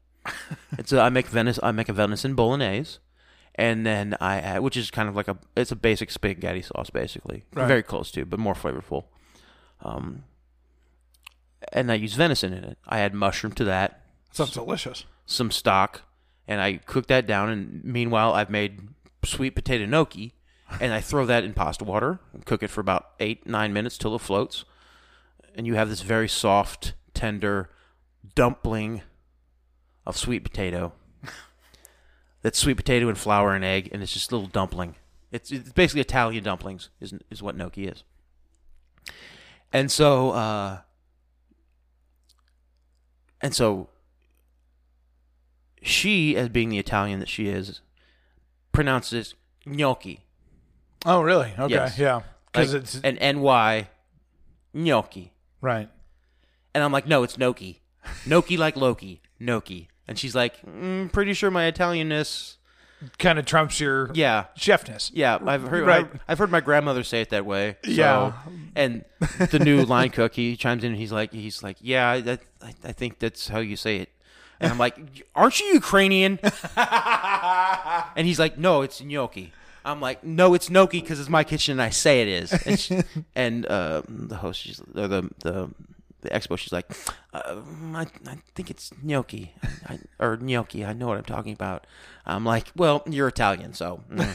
Speaker 6: it's a, I make venice. I make a venison bolognese. And then I add, which is kind of like a, it's a basic spaghetti sauce, basically,
Speaker 2: Right.
Speaker 6: very close to, but more flavorful um, and I use venison in it. I add mushroom to that,
Speaker 2: Sounds delicious.
Speaker 6: some stock, and I cook that down. And meanwhile, I've made sweet potato gnocchi, and I throw that in pasta water, and cook it for about eight nine minutes till it floats, and you have this very soft, tender dumpling of sweet potato. That's sweet potato and flour and egg, and it's just a little dumpling. It's, it's basically Italian dumplings is is what gnocchi is. And so, uh, and so, she, as being the Italian that she is, pronounces gnocchi.
Speaker 2: Oh, really? Okay.
Speaker 6: Yes.
Speaker 2: Yeah. Because
Speaker 6: Like,
Speaker 2: it's
Speaker 6: an ny gnocchi.
Speaker 2: right.
Speaker 6: And I'm like, no, it's gnocchi. Gnocchi like Loki. Gnocchi. And she's like, mm, pretty sure my Italianness.
Speaker 2: Kind of trumps your
Speaker 6: Yeah.
Speaker 2: chefness.
Speaker 6: Yeah, I've heard
Speaker 2: Right.
Speaker 6: I, have heard my grandmother say it that way. so-
Speaker 2: Yeah.
Speaker 6: and the new line cook he chimes in and he's like he's like yeah I, that- I, I think that's how you say it, and I'm like aren't you Ukrainian? *laughs* and he's like no it's gnocchi. I'm like no it's gnocchi because it's my kitchen and I say it is. And, she, and uh, the host she's or the the the expo she's like uh, I, I think it's gnocchi I, or gnocchi I know what I'm talking about. I'm like well you're Italian so. mm."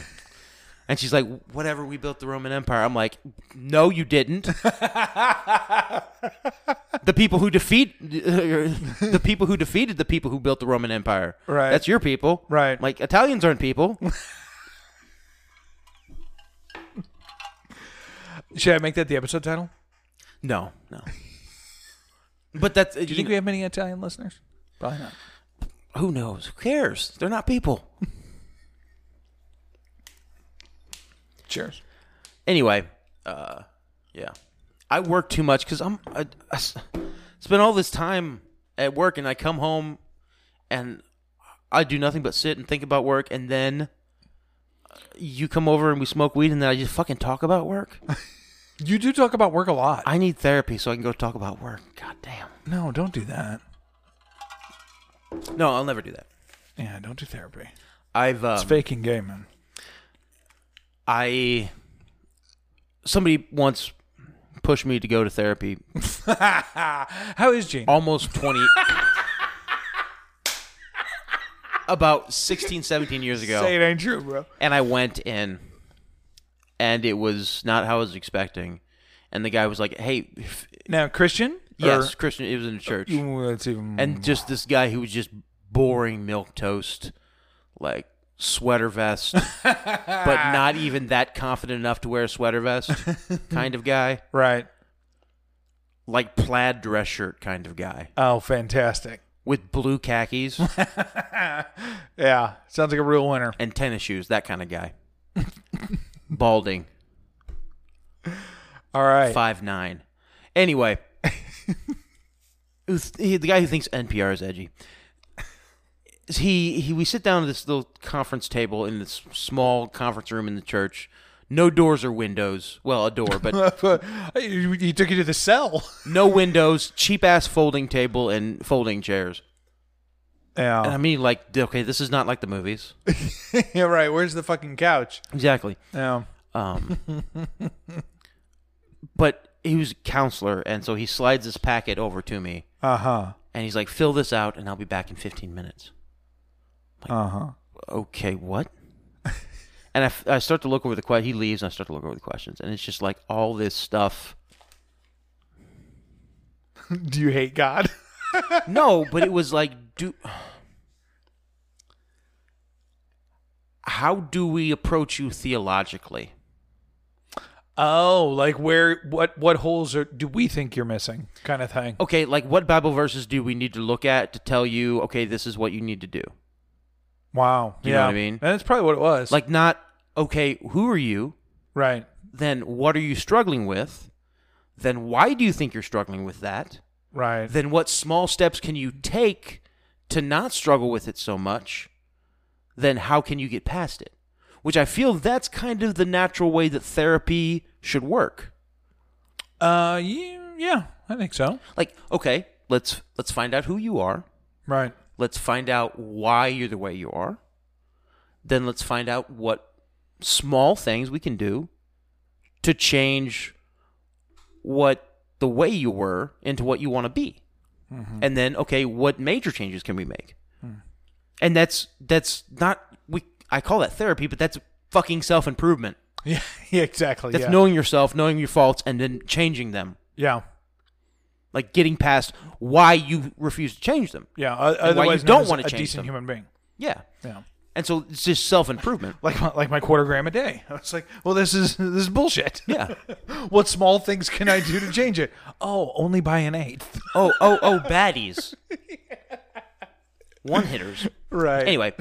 Speaker 6: And she's like, whatever, we built the Roman Empire. I'm like, no, you didn't. the people who defeat *laughs* the people who defeated the people who built the Roman Empire.
Speaker 2: Right.
Speaker 6: That's your people.
Speaker 2: Right.
Speaker 6: Like Italians
Speaker 2: *laughs*
Speaker 6: aren't people.
Speaker 2: *laughs* Should I make that the episode title?
Speaker 6: no, no. But that's
Speaker 2: Do you think we have many Italian listeners? Probably not.
Speaker 6: who knows? Who cares? They're not people.
Speaker 2: Cheers.
Speaker 6: anyway, uh, yeah, I work too much because I'm I, I s- spend all this time at work, and I come home and I do nothing but sit and think about work, and then uh, you come over and we smoke weed, and then I just fucking talk about work.
Speaker 2: You do talk about work a lot.
Speaker 6: I need therapy so I can go talk about work. God damn.
Speaker 2: no, don't do that.
Speaker 6: No, I'll never do that.
Speaker 2: Yeah, don't do therapy.
Speaker 6: I've um,
Speaker 2: It's faking gay, man.
Speaker 6: I somebody once pushed me to go to therapy
Speaker 2: How is Gene?
Speaker 6: almost 20 about 16 17 years ago
Speaker 2: Say it ain't true, bro.
Speaker 6: and i went in and it was not how i was expecting and the guy was like hey f-
Speaker 2: Now, Christian?
Speaker 6: yes christian it was in a church
Speaker 2: Or, Ooh, that's even.
Speaker 6: and just this guy who was just boring milk toast like sweater vest but not even that confident enough to wear a sweater vest kind of guy
Speaker 2: right.
Speaker 6: like plaid dress shirt kind of guy
Speaker 2: Oh, fantastic.
Speaker 6: with blue khakis
Speaker 2: Yeah. Sounds like a real winner.
Speaker 6: and tennis shoes, that kind of guy. Balding,
Speaker 2: All right.
Speaker 6: five nine. Anyway, it was- he- the guy who thinks NPR is edgy. He he. We sit down at this little conference table in this small conference room in the church. No doors or windows. Well, a door, but
Speaker 2: *laughs* he he took you to the cell.
Speaker 6: no windows. Cheap ass folding table and folding chairs.
Speaker 2: *laughs* Yeah.
Speaker 6: And I mean, like, okay, this is not like the movies.
Speaker 2: yeah, *laughs* right. Where's the fucking couch?
Speaker 6: Exactly.
Speaker 2: Yeah.
Speaker 6: Um, but he was a counselor, and so he slides this packet over to me,
Speaker 2: Uh huh.
Speaker 6: and he's like, "Fill this out, and I'll be back in 15 minutes."
Speaker 2: Uh huh.
Speaker 6: Okay, what? and I, f- I start to look over the question. He leaves, and I start to look over the questions, and it's just like all this stuff.
Speaker 2: *laughs* Do you hate God?
Speaker 6: No, but it was like, do how do we approach you theologically?
Speaker 2: Oh, like where? What? What holes are? Do we think you're missing? Kind of thing.
Speaker 6: Okay, like what Bible verses do we need to look at to tell you, okay, this is what you need to do?
Speaker 2: Wow.
Speaker 6: You
Speaker 2: yeah.
Speaker 6: know what I mean?
Speaker 2: And that's probably what it was.
Speaker 6: Like not okay, who are you?
Speaker 2: right.
Speaker 6: then what are you struggling with? Then why do you think you're struggling with that?
Speaker 2: Right.
Speaker 6: Then what small steps can you take to not struggle with it so much? Then how can you get past it? Which I feel that's kind of the natural way that therapy should work.
Speaker 2: Uh, yeah, yeah, I think so.
Speaker 6: Like, okay, let's let's find out who you are.
Speaker 2: Right. *laughs*
Speaker 6: Let's find out why you're the way you are. Then let's find out what small things we can do to change what the way you were into what you want to be. And then okay, what major changes can we make? And that's that's not we I call that therapy, but that's fucking self-improvement.
Speaker 2: Yeah, yeah exactly.
Speaker 6: That's
Speaker 2: yeah.
Speaker 6: knowing yourself, knowing your faults and then changing them.
Speaker 2: Yeah.
Speaker 6: Like getting past why you refuse to change them.
Speaker 2: Yeah. o-
Speaker 6: And why you
Speaker 2: Otherwise, known
Speaker 6: don't
Speaker 2: as
Speaker 6: wanna
Speaker 2: a
Speaker 6: change
Speaker 2: decent
Speaker 6: them.
Speaker 2: human being.
Speaker 6: Yeah.
Speaker 2: Yeah.
Speaker 6: And so it's just self improvement.
Speaker 2: *laughs* Like my, like my quarter gram a day. I was like, well, this is this is bullshit.
Speaker 6: Yeah.
Speaker 2: *laughs* what small things can I do to change it? Oh, only by an eighth.
Speaker 6: oh, oh, oh, baddies. One hitters.
Speaker 2: *laughs* Right.
Speaker 6: Anyway,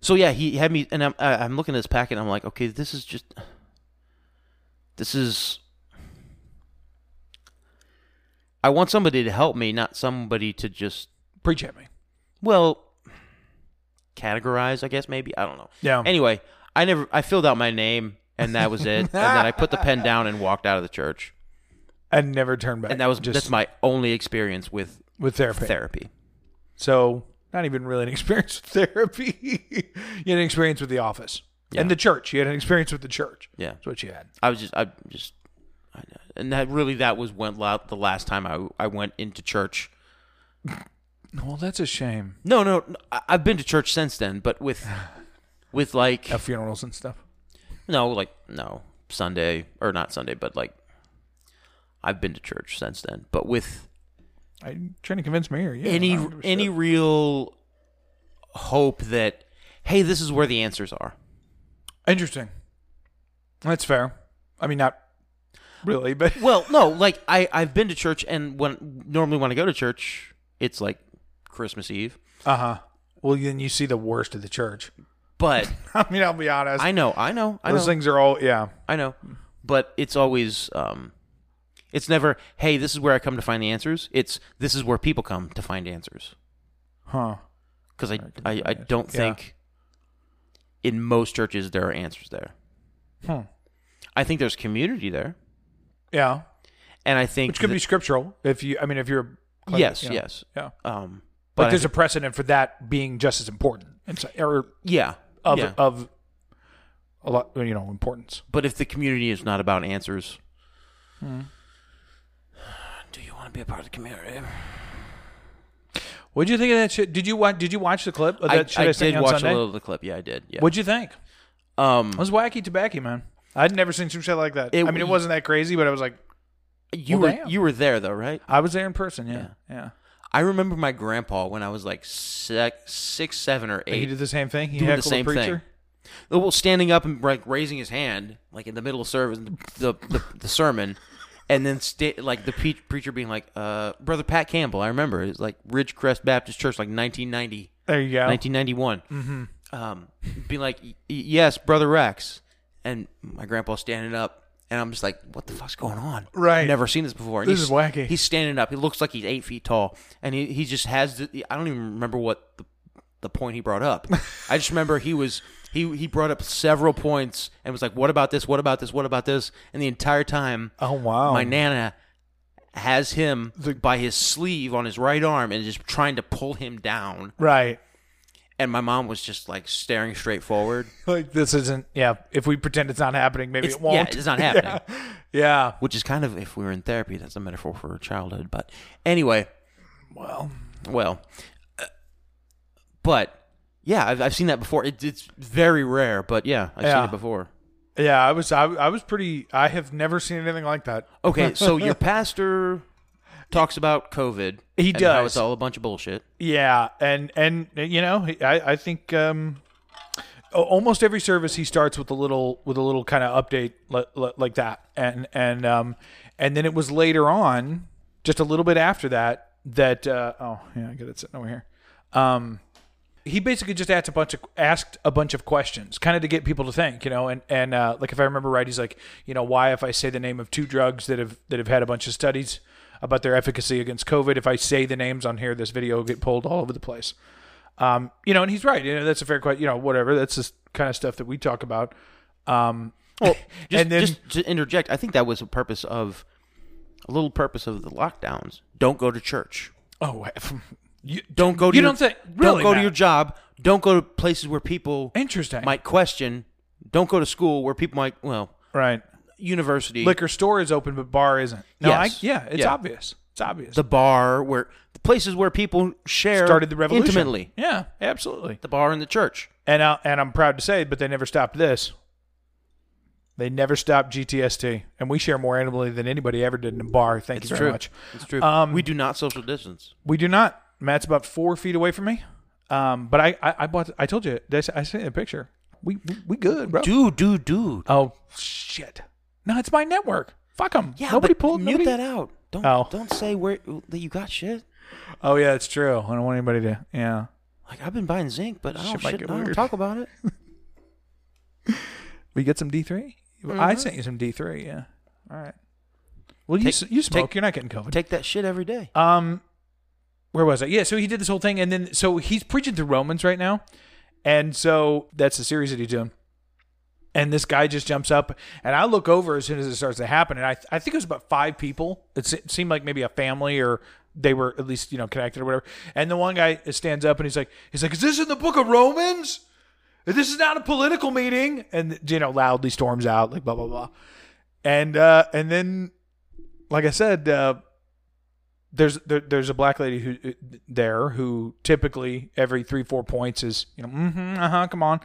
Speaker 6: so yeah, he had me, and I'm I- I'm looking at his packet. And I'm like, okay, this is just, this is. I want somebody to help me, not somebody to just
Speaker 2: preach at me.
Speaker 6: well categorize. I guess maybe I don't know.
Speaker 2: Yeah.
Speaker 6: Anyway, I never I filled out my name and that was it, and then I put the pen down and walked out of the church.
Speaker 2: And never turn back.
Speaker 6: and that was
Speaker 2: just
Speaker 6: that's my only experience with
Speaker 2: with therapy.
Speaker 6: therapy.
Speaker 2: So not even really an experience with *laughs* therapy. you had an experience with the office and the church. You had an experience with the church.
Speaker 6: Yeah.
Speaker 2: That's what you had.
Speaker 6: I was just I just I, and that really that was when la- the last time I I went into church.
Speaker 2: Well, that's a shame.
Speaker 6: No, no, no, I, I've been to church since then,
Speaker 2: *sighs*
Speaker 6: but with with like
Speaker 2: At funerals and stuff.
Speaker 6: no, like no Sunday or not Sunday, but like I've been to church since then, but with
Speaker 2: Are you trying to convince me or yeah, I
Speaker 6: any
Speaker 2: don't give a
Speaker 6: any
Speaker 2: shit.
Speaker 6: real hope that hey, this is where the answers are.
Speaker 2: Interesting. That's fair. I mean, not really, *laughs* but
Speaker 6: Well, no, like I I've been to church, and when normally when I go to church, it's like Christmas Eve.
Speaker 2: uh huh. Well, then you see the worst of the church.
Speaker 6: But
Speaker 2: *laughs* I mean, I'll be honest.
Speaker 6: I know, I know, I know,
Speaker 2: Those things are all yeah.
Speaker 6: I know. But it's always, um, it's never. Hey, this is where I come to find the answers. It's this is where people come to find answers.
Speaker 2: Huh.
Speaker 6: Because I I, I don't
Speaker 2: Yeah.
Speaker 6: think in most churches there are answers there.
Speaker 2: Hmm.
Speaker 6: I think there's community there,
Speaker 2: Yeah.
Speaker 6: and I think
Speaker 2: Which could
Speaker 6: that-
Speaker 2: be scriptural if you I mean if you're a-
Speaker 6: yes,
Speaker 2: yeah.
Speaker 6: yes.
Speaker 2: Yeah.
Speaker 6: Um,
Speaker 2: But
Speaker 6: but I
Speaker 2: there's
Speaker 6: think-
Speaker 2: a precedent for that being just as important. And so, or
Speaker 6: yeah
Speaker 2: of
Speaker 6: yeah.
Speaker 2: of a lot you know, importance.
Speaker 6: But if the community is not about answers, do you want to be a part of the community?
Speaker 2: What'd you think of that shit? Did you watch did you watch the clip of
Speaker 6: I,
Speaker 2: that shit I,
Speaker 6: I
Speaker 2: sent
Speaker 6: did
Speaker 2: you on
Speaker 6: watch
Speaker 2: Sunday?
Speaker 6: a little of the clip. Yeah, I did. Yeah.
Speaker 2: What'd you think? It
Speaker 6: um,
Speaker 2: was wacky tobacco, man. I'd never seen some shit like that.
Speaker 6: It-
Speaker 2: I mean it wasn't that crazy, but I was like
Speaker 6: you
Speaker 2: well,
Speaker 6: were
Speaker 2: damn.
Speaker 6: you were there though, right?
Speaker 2: I was there in person, yeah. Yeah.
Speaker 6: I remember my grandpa when I was like sec, six, seven, or
Speaker 2: He
Speaker 6: eight.
Speaker 2: did the same thing. He
Speaker 6: doing the
Speaker 2: heckled
Speaker 6: same
Speaker 2: a preacher.
Speaker 6: thing. Oh, well, standing up and like raising his hand, like in the middle of service, the the, the sermon, and then sta- like the pe- preacher being like, uh, "Brother Pat Campbell, I remember it was like Ridgecrest Baptist Church, like 1990."
Speaker 2: There you go.
Speaker 6: 1991.
Speaker 2: Mm-hmm.
Speaker 6: Um, being like, "Y- yes, brother Rex, and my grandpa standing up, and I'm just like, what the fuck's going on?
Speaker 2: Right.
Speaker 6: never seen this before. And
Speaker 2: This is
Speaker 6: he's-
Speaker 2: wacky.
Speaker 6: He's standing up. He looks like he's eight feet tall, and he he just has. The, I don't even remember what the the point he
Speaker 2: *laughs*
Speaker 6: brought up. I just remember he was. He, he brought up several points and was like, "What about this? What about this? What about this?" And the entire time,
Speaker 2: Oh wow.
Speaker 6: my nana has him by his sleeve on his right arm and just trying to pull him down
Speaker 2: Right.
Speaker 6: and my mom was just like staring straight forward.
Speaker 2: Like this isn't yeah, if we pretend it's not happening, maybe
Speaker 6: It's,
Speaker 2: it
Speaker 6: yeah,
Speaker 2: won't.
Speaker 6: it's not happening.
Speaker 2: *laughs* yeah.
Speaker 6: Which is kind of if we were in therapy, that's a metaphor for childhood. But anyway,
Speaker 2: Well,
Speaker 6: well, uh, but yeah, I've, I've seen that before. It, it's very rare, but yeah, I've
Speaker 2: Yeah.
Speaker 6: seen it before.
Speaker 2: yeah, I was I, I was pretty. I have never seen anything like that. *laughs*
Speaker 6: Okay, so your pastor talks about COVID.
Speaker 2: He
Speaker 6: and how
Speaker 2: does.
Speaker 6: it's all a bunch of bullshit.
Speaker 2: Yeah, and and you know, I I think um, a- almost every service he starts with a little with a little kind of update li- li- like that, and and um, and then it was later on, just a little bit after that, that uh, oh yeah, I got it sitting over here. Um, he basically just asked a bunch of asked a bunch of questions, kind of to get people to think, you know. And and uh, like if I remember right, he's like, you know, why if I say the name of two drugs that have that have had a bunch of studies about their efficacy against COVID, if I say the names on here, this video will get pulled all over the place. Um, you know, and he's right. You know, that's a fair question. You know, whatever. That's the kind of stuff that we talk about. Um, *laughs*
Speaker 6: Well, just,
Speaker 2: And then-
Speaker 6: just to interject, I think that was a purpose of a little purpose of the lockdowns. Don't go to church.
Speaker 2: oh, *laughs* you,
Speaker 6: Don't go to
Speaker 2: You
Speaker 6: your,
Speaker 2: don't say- really,
Speaker 6: don't go
Speaker 2: Matt?
Speaker 6: to your job. Don't go to places where people
Speaker 2: interesting.
Speaker 6: might question. Don't go to school where people might well
Speaker 2: right.
Speaker 6: university
Speaker 2: Liquor store is open, but bar isn't. No,
Speaker 6: Yes.
Speaker 2: I, yeah, it's
Speaker 6: Yeah.
Speaker 2: obvious. It's obvious.
Speaker 6: the bar where the places where people share
Speaker 2: started the revolution
Speaker 6: intimately.
Speaker 2: Yeah, absolutely.
Speaker 6: The bar and the church.
Speaker 2: And I, and I'm proud to say, but they never stopped this. They never stopped GTST, and we share more animally than anybody ever did in a bar. Thank you very much.
Speaker 6: It's true.
Speaker 2: Um,
Speaker 6: we do not social distance.
Speaker 2: We do not. Matt's about four feet away from me, um, but I, I I bought. I told you. I s- I sent you a picture. We we- we good, bro.
Speaker 6: Do do do.
Speaker 2: Oh shit! No, it's my network. Fuck them.
Speaker 6: Yeah,
Speaker 2: nobody
Speaker 6: but
Speaker 2: pulled.
Speaker 6: mute
Speaker 2: nobody-
Speaker 6: that out. Don't
Speaker 2: Oh.
Speaker 6: don't say where that you got shit.
Speaker 2: Oh yeah, it's true. I don't want anybody to. Yeah.
Speaker 6: Like I've been buying zinc, but I don't,
Speaker 2: Shit might
Speaker 6: shit,
Speaker 2: get
Speaker 6: I don't
Speaker 2: weird.
Speaker 6: talk about it.
Speaker 2: We get some D 3 I sent you some D three. Yeah. All right. Well, you
Speaker 6: Mm-hmm. Take-
Speaker 2: s- you smoke.
Speaker 6: take-
Speaker 2: You're not getting COVID.
Speaker 6: Take that shit every day.
Speaker 2: um, where was I? Yeah. So he did this whole thing, and then so he's preaching through Romans right now, and so that's the series that he's doing. And this guy just jumps up, and I look over as soon as it starts to happen, and I I think it was about five people. It, se- it seemed like maybe a family or. They were at least, you know, connected or whatever. And the one guy stands up and he's like, he's like, is this in the book of Romans? This is not a political meeting. And, you know, loudly storms out like blah, blah, blah. And, uh, and then, like I said, uh, there's there, there's a black lady who uh, there who typically every three four points is you know mm-hmm, uh huh come on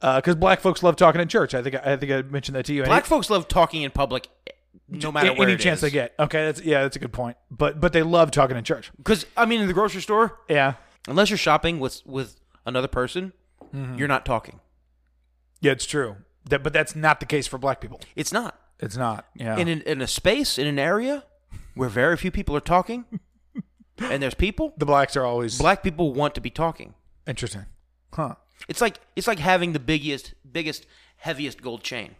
Speaker 2: because black folks love talking in church I think I think I mentioned that to you And
Speaker 6: Black folks love talking in public, eh, no matter
Speaker 2: any,
Speaker 6: where
Speaker 2: any chance they get okay that's yeah that's a good point but but they love talking in church
Speaker 6: Because I mean, in the grocery store,
Speaker 2: yeah
Speaker 6: unless you're shopping with with another person,
Speaker 2: Mm-hmm.
Speaker 6: you're not talking.
Speaker 2: yeah it's true that but that's not the case for black people
Speaker 6: It's not
Speaker 2: it's not yeah
Speaker 6: in an, in a space in an area where very few people are talking,
Speaker 2: *laughs*
Speaker 6: and there's people.
Speaker 2: the blacks are always
Speaker 6: Black people want to be talking.
Speaker 2: interesting huh
Speaker 6: It's like it's like having the biggest, biggest, heaviest gold chain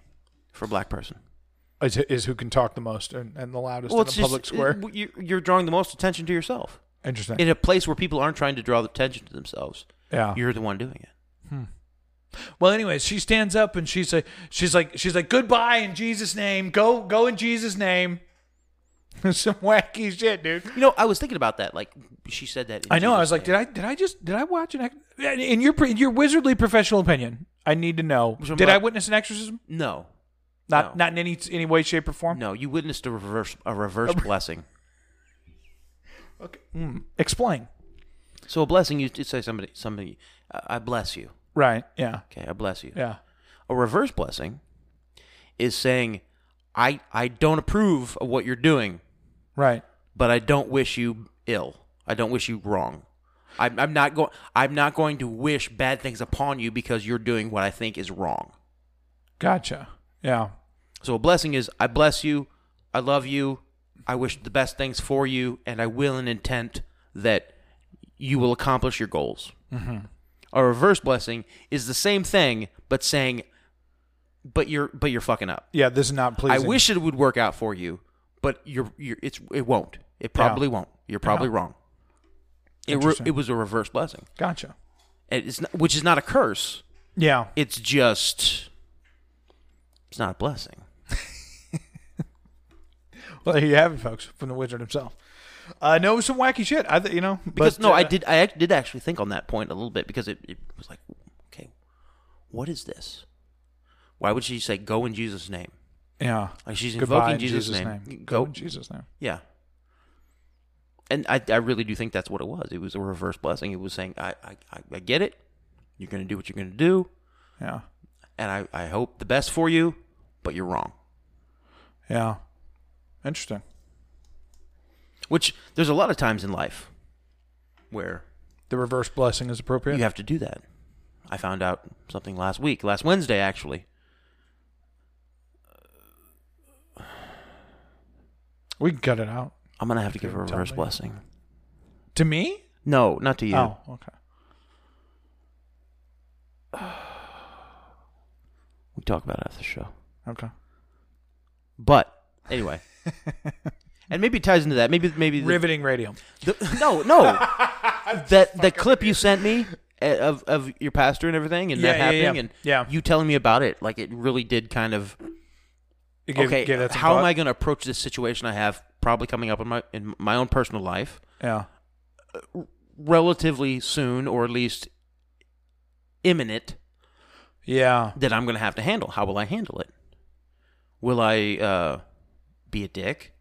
Speaker 6: for a black person.
Speaker 2: is, is who can talk the most and, and the loudest in a
Speaker 6: it's
Speaker 2: public square
Speaker 6: it- you- you're drawing the most attention to yourself
Speaker 2: interesting
Speaker 6: in a place where people aren't trying to draw the attention to themselves.
Speaker 2: yeah
Speaker 6: You're the one doing it.
Speaker 2: Well, anyways, she stands up and she's like, she's like, she's like, goodbye in Jesus' name. Go, go in Jesus' name. *laughs* Some wacky shit, dude.
Speaker 6: You know, I was thinking about that. Like she said that. in
Speaker 2: I know. I was
Speaker 6: Jesus'
Speaker 2: like, did I, did I just, did I watch an? ex- In your, in your wizardly professional opinion, I need to know.
Speaker 6: So
Speaker 2: Did
Speaker 6: my-
Speaker 2: I witness an exorcism?
Speaker 6: name. No,
Speaker 2: Not,
Speaker 6: No.
Speaker 2: not in any any way, shape, or form.
Speaker 6: no. You witnessed a reverse a reverse blessing.
Speaker 2: Explain.
Speaker 6: So a blessing, you you say somebody somebody, uh, I bless you.
Speaker 2: Right. Yeah.
Speaker 6: Okay, I bless you.
Speaker 2: Yeah.
Speaker 6: A reverse blessing is saying, I I don't approve of what you're doing,
Speaker 2: Right.
Speaker 6: but I don't wish you ill. I don't wish you wrong. I'm, I'm not going. I'm not going to wish bad things upon you because you're doing what I think is wrong.
Speaker 2: Gotcha. Yeah.
Speaker 6: So a blessing is I bless you, I love you, I wish the best things for you, and I will and intent that you will accomplish your goals. A reverse blessing is the same thing, but saying, but you're but you're fucking up.
Speaker 2: Yeah. This is not
Speaker 6: I
Speaker 2: pleasing.
Speaker 6: wish it would work out for you, but you're you're it's it won't. It probably won't. You're probably wrong. It re-
Speaker 2: Interesting.
Speaker 6: it was a reverse blessing,
Speaker 2: Gotcha.
Speaker 6: and it's not, which is not a curse.
Speaker 2: Yeah.
Speaker 6: It's just it's not a blessing.
Speaker 2: *laughs* Well, there you have it, folks, from the wizard himself. Uh, no, it was some wacky shit. I, th- you know,
Speaker 6: Because
Speaker 2: but,
Speaker 6: no, I
Speaker 2: uh,
Speaker 6: did. I act- did actually think on that point a little bit because it, it was like, okay, what is this? Why would she say "Go in Jesus' name"?
Speaker 2: Yeah.
Speaker 6: Like she's
Speaker 2: Goodbye
Speaker 6: invoking
Speaker 2: in
Speaker 6: Jesus',
Speaker 2: Jesus'
Speaker 6: name.
Speaker 2: name.
Speaker 6: Go,
Speaker 2: Go in Jesus' name.
Speaker 6: yeah. And I, I really do think that's what it was. It was a reverse blessing. It was saying, I, I, I- I get it. You're going to do what you're going to do,
Speaker 2: Yeah.
Speaker 6: and I, I hope the best for you, but you're wrong.
Speaker 2: Yeah. Interesting.
Speaker 6: Which there's a lot of times in life where
Speaker 2: The reverse blessing is appropriate.
Speaker 6: You have to do that. I found out something last week, last Wednesday actually.
Speaker 2: We can cut it out.
Speaker 6: I'm gonna have to give her a reverse blessing.
Speaker 2: To me?
Speaker 6: No, not to you.
Speaker 2: Oh, okay.
Speaker 6: We talk about it after the show.
Speaker 2: Okay.
Speaker 6: But
Speaker 2: *laughs*
Speaker 6: anyway, and maybe it ties into that. Maybe maybe the,
Speaker 2: Riveting radio.
Speaker 6: the- no no
Speaker 2: *laughs*
Speaker 6: that the clip you sent me uh, of of your pastor and everything and
Speaker 2: Yeah,
Speaker 6: that
Speaker 2: yeah,
Speaker 6: happening
Speaker 2: yeah.
Speaker 6: and
Speaker 2: Yeah.
Speaker 6: you telling me about it like it really did kind of
Speaker 2: You gave-
Speaker 6: okay
Speaker 2: gave that some
Speaker 6: how am
Speaker 2: thought?
Speaker 6: I going to approach this situation I have probably coming up in my in my own personal life
Speaker 2: Yeah.
Speaker 6: relatively soon or at least imminent
Speaker 2: Yeah.
Speaker 6: that I'm going to have to handle. How will I handle it? Will I uh, be a dick?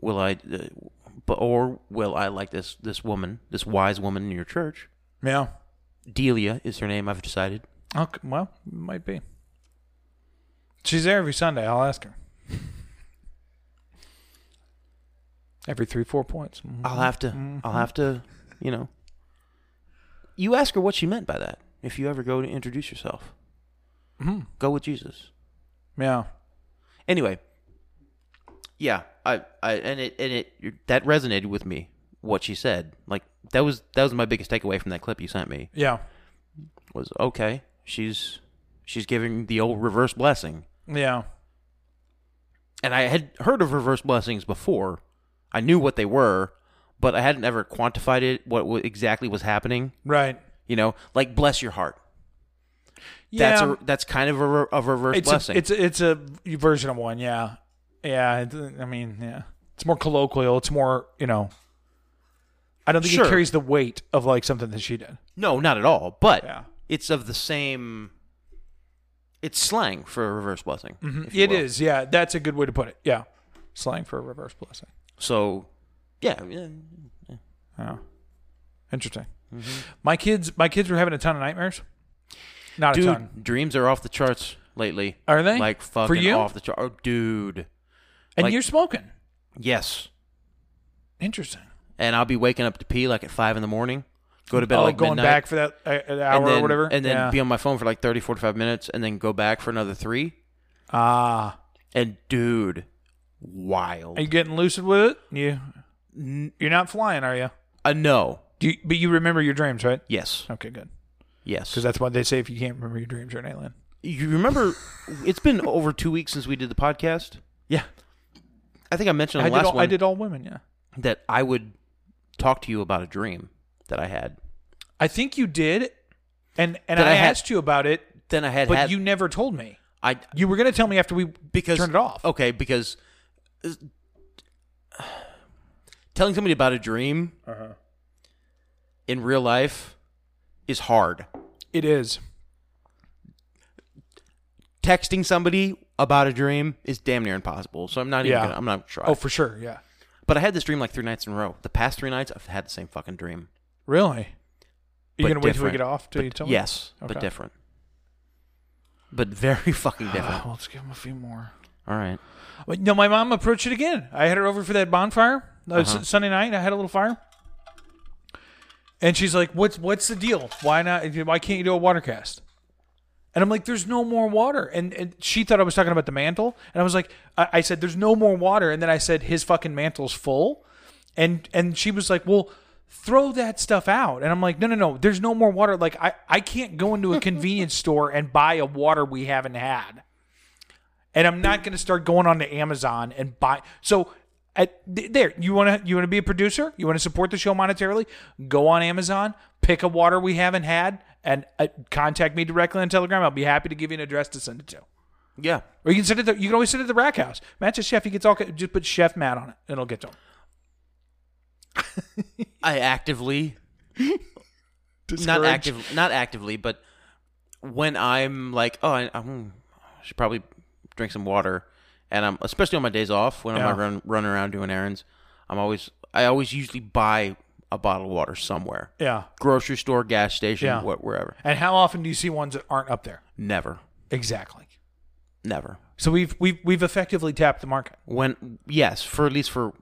Speaker 6: Will I, uh, b- or will I like this this woman, this wise woman in your church?
Speaker 2: Yeah.
Speaker 6: Delia is her name. I've decided.
Speaker 2: Okay. Well, might be. She's there every Sunday. I'll ask her. *laughs* Every three, four points. Mhm.
Speaker 6: I'll have to. I'll have to. You know. You ask her what she meant by that. If you ever go to introduce yourself, go with Jesus.
Speaker 2: Yeah.
Speaker 6: Anyway, yeah, I, I, and it, and it, that resonated with me. What she said, like that was that was my biggest takeaway from that clip you sent me.
Speaker 2: Yeah.
Speaker 6: Was okay, she's she's giving the old reverse blessing,
Speaker 2: Yeah.
Speaker 6: and I had heard of reverse blessings before. I knew what they were, but I hadn't ever quantified it. What wa- exactly was happening?
Speaker 2: Right.
Speaker 6: You know, like bless your heart.
Speaker 2: Yeah.
Speaker 6: That's a, that's kind of a, re- a reverse
Speaker 2: it's
Speaker 6: blessing.
Speaker 2: A, it's a, it's a version of one. Yeah. Yeah. it- I mean, yeah. It's more colloquial. It's more, you know. I don't think
Speaker 6: Sure.
Speaker 2: it carries the weight of like something that she did.
Speaker 6: No, not at all. But
Speaker 2: Yeah.
Speaker 6: it's of the same. It's slang for a reverse blessing.
Speaker 2: Mm-hmm. It is. Yeah. That's a good way to put it. Yeah. Slang for a reverse blessing.
Speaker 6: So, yeah, yeah,
Speaker 2: Yeah. Interesting. My kids, my kids were having a ton of nightmares. Not a ton.
Speaker 6: dude, dreams are off the charts lately.
Speaker 2: Are they?
Speaker 6: like
Speaker 2: For
Speaker 6: fucking
Speaker 2: you?
Speaker 6: off the chart, oh, dude?
Speaker 2: And
Speaker 6: like-
Speaker 2: you're smoking.
Speaker 6: Yes.
Speaker 2: Interesting.
Speaker 6: And I'll be waking up to pee like at five in the morning. Go to bed at
Speaker 2: oh,
Speaker 6: like
Speaker 2: going
Speaker 6: midnight,
Speaker 2: back for that uh, an
Speaker 6: and
Speaker 2: hour
Speaker 6: then,
Speaker 2: or whatever.
Speaker 6: and then
Speaker 2: yeah.
Speaker 6: be on my phone for like 30, 45 minutes, and then go back for another three.
Speaker 2: ah,
Speaker 6: And dude, wild.
Speaker 2: are you getting lucid with it? You, you're not flying, are you?
Speaker 6: uh, no.
Speaker 2: Do you, but you remember your dreams, right?
Speaker 6: Yes.
Speaker 2: Okay, good.
Speaker 6: Yes.
Speaker 2: Because that's what they say if you can't remember your dreams, you're an alien.
Speaker 6: You remember? it's been over two weeks since we did the podcast.
Speaker 2: Yeah,
Speaker 6: I think I mentioned
Speaker 2: I
Speaker 6: on
Speaker 2: did,
Speaker 6: the last
Speaker 2: all,
Speaker 6: one
Speaker 2: I did all women. Yeah,
Speaker 6: that I would talk to you about a dream that I had.
Speaker 2: I think you did, and and
Speaker 6: That
Speaker 2: I,
Speaker 6: I had-
Speaker 2: asked you about it,
Speaker 6: Then I had
Speaker 2: but
Speaker 6: had,
Speaker 2: you never told me.
Speaker 6: I
Speaker 2: You were gonna tell me after we
Speaker 6: because
Speaker 2: turned it off.
Speaker 6: Okay, because uh, telling somebody about a dream in real life is hard.
Speaker 2: It is.
Speaker 6: Texting somebody about a dream is damn near impossible. So I'm not even.
Speaker 2: Yeah.
Speaker 6: Gonna, I'm not trying.
Speaker 2: Oh, for sure. Yeah.
Speaker 6: but I had this dream like three nights in a row. The past three nights, I've had the same fucking dream.
Speaker 2: Really? You're
Speaker 6: but
Speaker 2: gonna wait till we
Speaker 6: different.
Speaker 2: get off till
Speaker 6: But-
Speaker 2: you tell me.
Speaker 6: Yes, but
Speaker 2: Okay.
Speaker 6: different. But very *laughs* fucking different.
Speaker 2: Well, Oh, let's give him a few more.
Speaker 6: All right.
Speaker 2: But, no, my mom approached it again. I had her over for that bonfire uh, S- Sunday night. I had a little fire, and she's like, "What's what's the deal? Why not? Why can't you do a water cast?" And I'm like, "There's no more water." And, and she thought I was talking about the mantle, and I was like, I, "I said there's no more water," and then I said his fucking mantle's full, and and she was like, "Well." Throw that stuff out, and I'm like, no, no, no. There's no more water. Like, I, I can't go into a convenience *laughs* store and buy a water we haven't had and I'm not going to start going on to Amazon and buy. So, at, th- there, you want to you want to be a producer, you want to support the show monetarily, go on Amazon, pick a water we haven't had, and uh, contact me directly on Telegram. I'll be happy to give you an address to send it to,
Speaker 6: Yeah.
Speaker 2: or you can send it. To, you can always send it to the Rack House. Matt's a chef; he gets all just put Chef Matt on it, and it'll get to him. *laughs*
Speaker 6: I actively not active not actively, but when I'm like, oh, I, I hmm, I should probably drink some water, and I'm especially on my days off when
Speaker 2: Yeah.
Speaker 6: I'm run running around doing errands, I'm always I always usually buy a bottle of water somewhere,
Speaker 2: Yeah.
Speaker 6: grocery store, gas station,
Speaker 2: Yeah.
Speaker 6: what wherever.
Speaker 2: And how often do you see ones that aren't up there?
Speaker 6: Never,
Speaker 2: Exactly.
Speaker 6: never.
Speaker 2: So we've we've we've effectively tapped the market.
Speaker 6: When yes, for at least for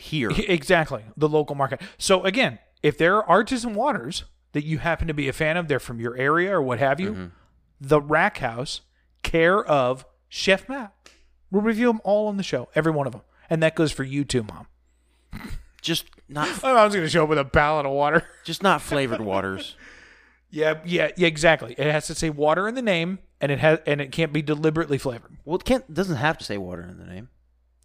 Speaker 6: here,
Speaker 2: *laughs* Exactly. The local market. So again, if there are artisan waters that you happen to be a fan of, they're from your area or what have you, the Rack House, care of Chef Matt. We'll review them all on the show, every one of them. And that goes for you too, Mom.
Speaker 6: just not
Speaker 2: Oh, I was going to show up with a pallet of water.
Speaker 6: just not flavored waters.
Speaker 2: *laughs* Yeah, yeah, yeah, exactly. It has to say water in the name, and it has and it can't be deliberately flavored.
Speaker 6: Well, it can't doesn't have to say water in the name.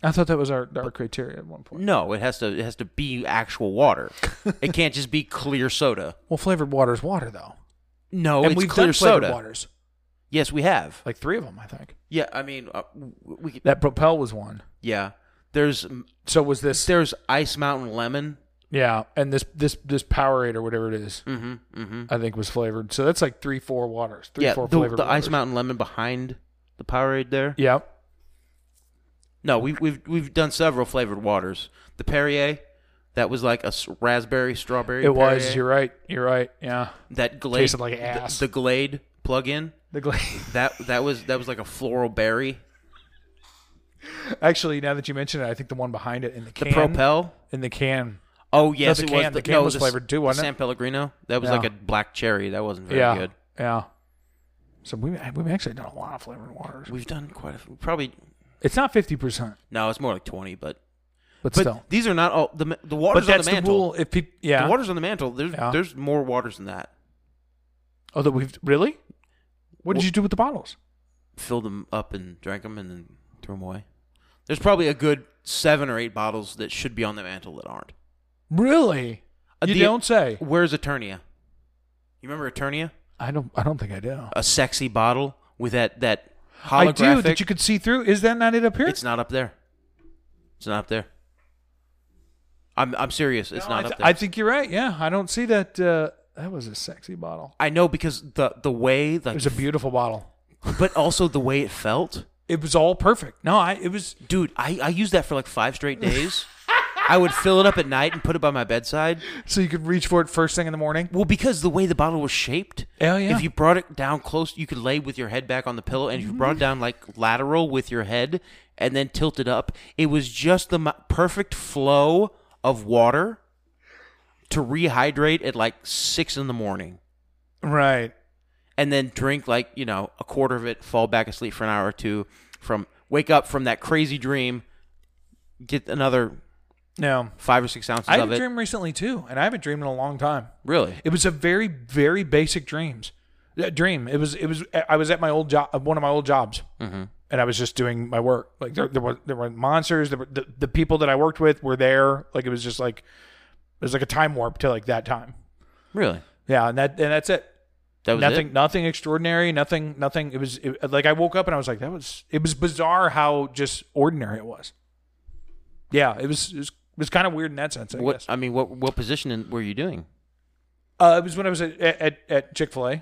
Speaker 2: I thought that was our, our criteria at one point.
Speaker 6: No, it has to it has to be actual water. it can't just be clear soda.
Speaker 2: Well, flavored water is water though,
Speaker 6: No,
Speaker 2: and
Speaker 6: it's
Speaker 2: we've
Speaker 6: clear
Speaker 2: done flavored
Speaker 6: soda.
Speaker 2: waters,
Speaker 6: Yes, we have.
Speaker 2: like three of them, I think.
Speaker 6: Yeah, I mean, uh, w- we could-
Speaker 2: That Propel was one.
Speaker 6: yeah. There's
Speaker 2: So was this?
Speaker 6: there's Ice Mountain Lemon.
Speaker 2: yeah, and this this this Powerade or whatever it is,
Speaker 6: Mm-hmm. Mm-hmm.
Speaker 2: I think was flavored. So that's like three, four waters, three,
Speaker 6: yeah,
Speaker 2: four
Speaker 6: the,
Speaker 2: flavored.
Speaker 6: the Ice
Speaker 2: waters.
Speaker 6: Mountain Lemon behind the Powerade there.
Speaker 2: Yeah,
Speaker 6: No, we've we've we've done several flavored waters. The Perrier, that was like a s- raspberry strawberry.
Speaker 2: it was.
Speaker 6: Perrier.
Speaker 2: You're right. You're right. Yeah,
Speaker 6: that Glade
Speaker 2: tasted like
Speaker 6: the-
Speaker 2: ass.
Speaker 6: The, Glade plug-in
Speaker 2: the glaze.
Speaker 6: that that was that was like a floral berry.
Speaker 2: *laughs* Actually, now that you mention it, I think the one behind it in the
Speaker 6: The
Speaker 2: can,
Speaker 6: Propel.
Speaker 2: in the can.
Speaker 6: Oh yes,
Speaker 2: the
Speaker 6: it
Speaker 2: can-
Speaker 6: was.
Speaker 2: the can
Speaker 6: no,
Speaker 2: was flavored too, wasn't
Speaker 6: the San Pellegrino. That was
Speaker 2: Yeah.
Speaker 6: like a black cherry. That wasn't very
Speaker 2: yeah,
Speaker 6: good.
Speaker 2: yeah. So we we've actually done a lot of flavored waters.
Speaker 6: We've done quite a few. Probably
Speaker 2: It's not fifty percent,
Speaker 6: no. It's more like twenty, but
Speaker 2: but,
Speaker 6: but
Speaker 2: still.
Speaker 6: these are not all the ma- the
Speaker 2: But
Speaker 6: waters on
Speaker 2: that's
Speaker 6: the
Speaker 2: the,
Speaker 6: mantle.
Speaker 2: rule. If people, yeah.
Speaker 6: The waters on the mantle. There's
Speaker 2: Yeah.
Speaker 6: there's more waters than that.
Speaker 2: oh, that we've really. What did
Speaker 6: Wh-
Speaker 2: you do with the bottles?
Speaker 6: Filled them up and drank them and then threw them away. There's probably a good seven or eight bottles that should be on the mantle that aren't.
Speaker 2: Really?
Speaker 6: Uh,
Speaker 2: you
Speaker 6: the-
Speaker 2: don't say.
Speaker 6: Where's Eternia? You remember Eternia?
Speaker 2: I don't. I don't think I do.
Speaker 6: A sexy bottle with that that holographic.
Speaker 2: I do that you could see through. Is that not it up here?
Speaker 6: It's not up there. It's not up there. I'm I'm serious. It's
Speaker 2: No,
Speaker 6: not
Speaker 2: I, th-
Speaker 6: up there.
Speaker 2: I think you're right. Yeah, I don't see that. Uh, that was a sexy bottle.
Speaker 6: I know because the the way
Speaker 2: It
Speaker 6: like,
Speaker 2: was a *laughs* beautiful bottle.
Speaker 6: but also the way it felt,
Speaker 2: It was all perfect. No, I. It was.
Speaker 6: dude. I I used that for like five
Speaker 2: *laughs*
Speaker 6: straight days. I would fill it up at night and put it by my bedside.
Speaker 2: So you could reach for it first thing in the morning.
Speaker 6: Well, because the way the bottle was shaped,
Speaker 2: Oh, yeah.
Speaker 6: if you brought it down close, you could lay with your head back on the pillow, and if you brought it
Speaker 2: Mm-hmm.
Speaker 6: down like lateral with your head and then tilted up, it was just the mi- perfect flow of water to rehydrate at like six in the morning,
Speaker 2: Right.
Speaker 6: and then drink like you know a quarter of it, fall back asleep for an hour or two, from wake up from that crazy dream, get another
Speaker 2: No.
Speaker 6: five or six ounces
Speaker 2: I
Speaker 6: of
Speaker 2: had
Speaker 6: it.
Speaker 2: a dream recently too, and I haven't dreamed in a long time.
Speaker 6: really,
Speaker 2: It was a very, very basic dreams. uh, Dream. It was. It was. I was at my old job, one of my old jobs,
Speaker 6: Mm-hmm.
Speaker 2: and I was just doing my work. Like there, there were there were monsters. There were, the the people that I worked with were there. Like it was just like it was like a time warp to like that time.
Speaker 6: really,
Speaker 2: Yeah, and that and that's it.
Speaker 6: that was
Speaker 2: nothing.
Speaker 6: It?
Speaker 2: Nothing extraordinary. Nothing. Nothing. It was it, like I woke up and I was like, that was. It was bizarre how just ordinary it was. Yeah, it was. It was, it was kind of weird in that sense. I
Speaker 6: What
Speaker 2: guess.
Speaker 6: I mean, what what position in, were you doing?
Speaker 2: Uh, it was when I was at at, at Chick Fil A.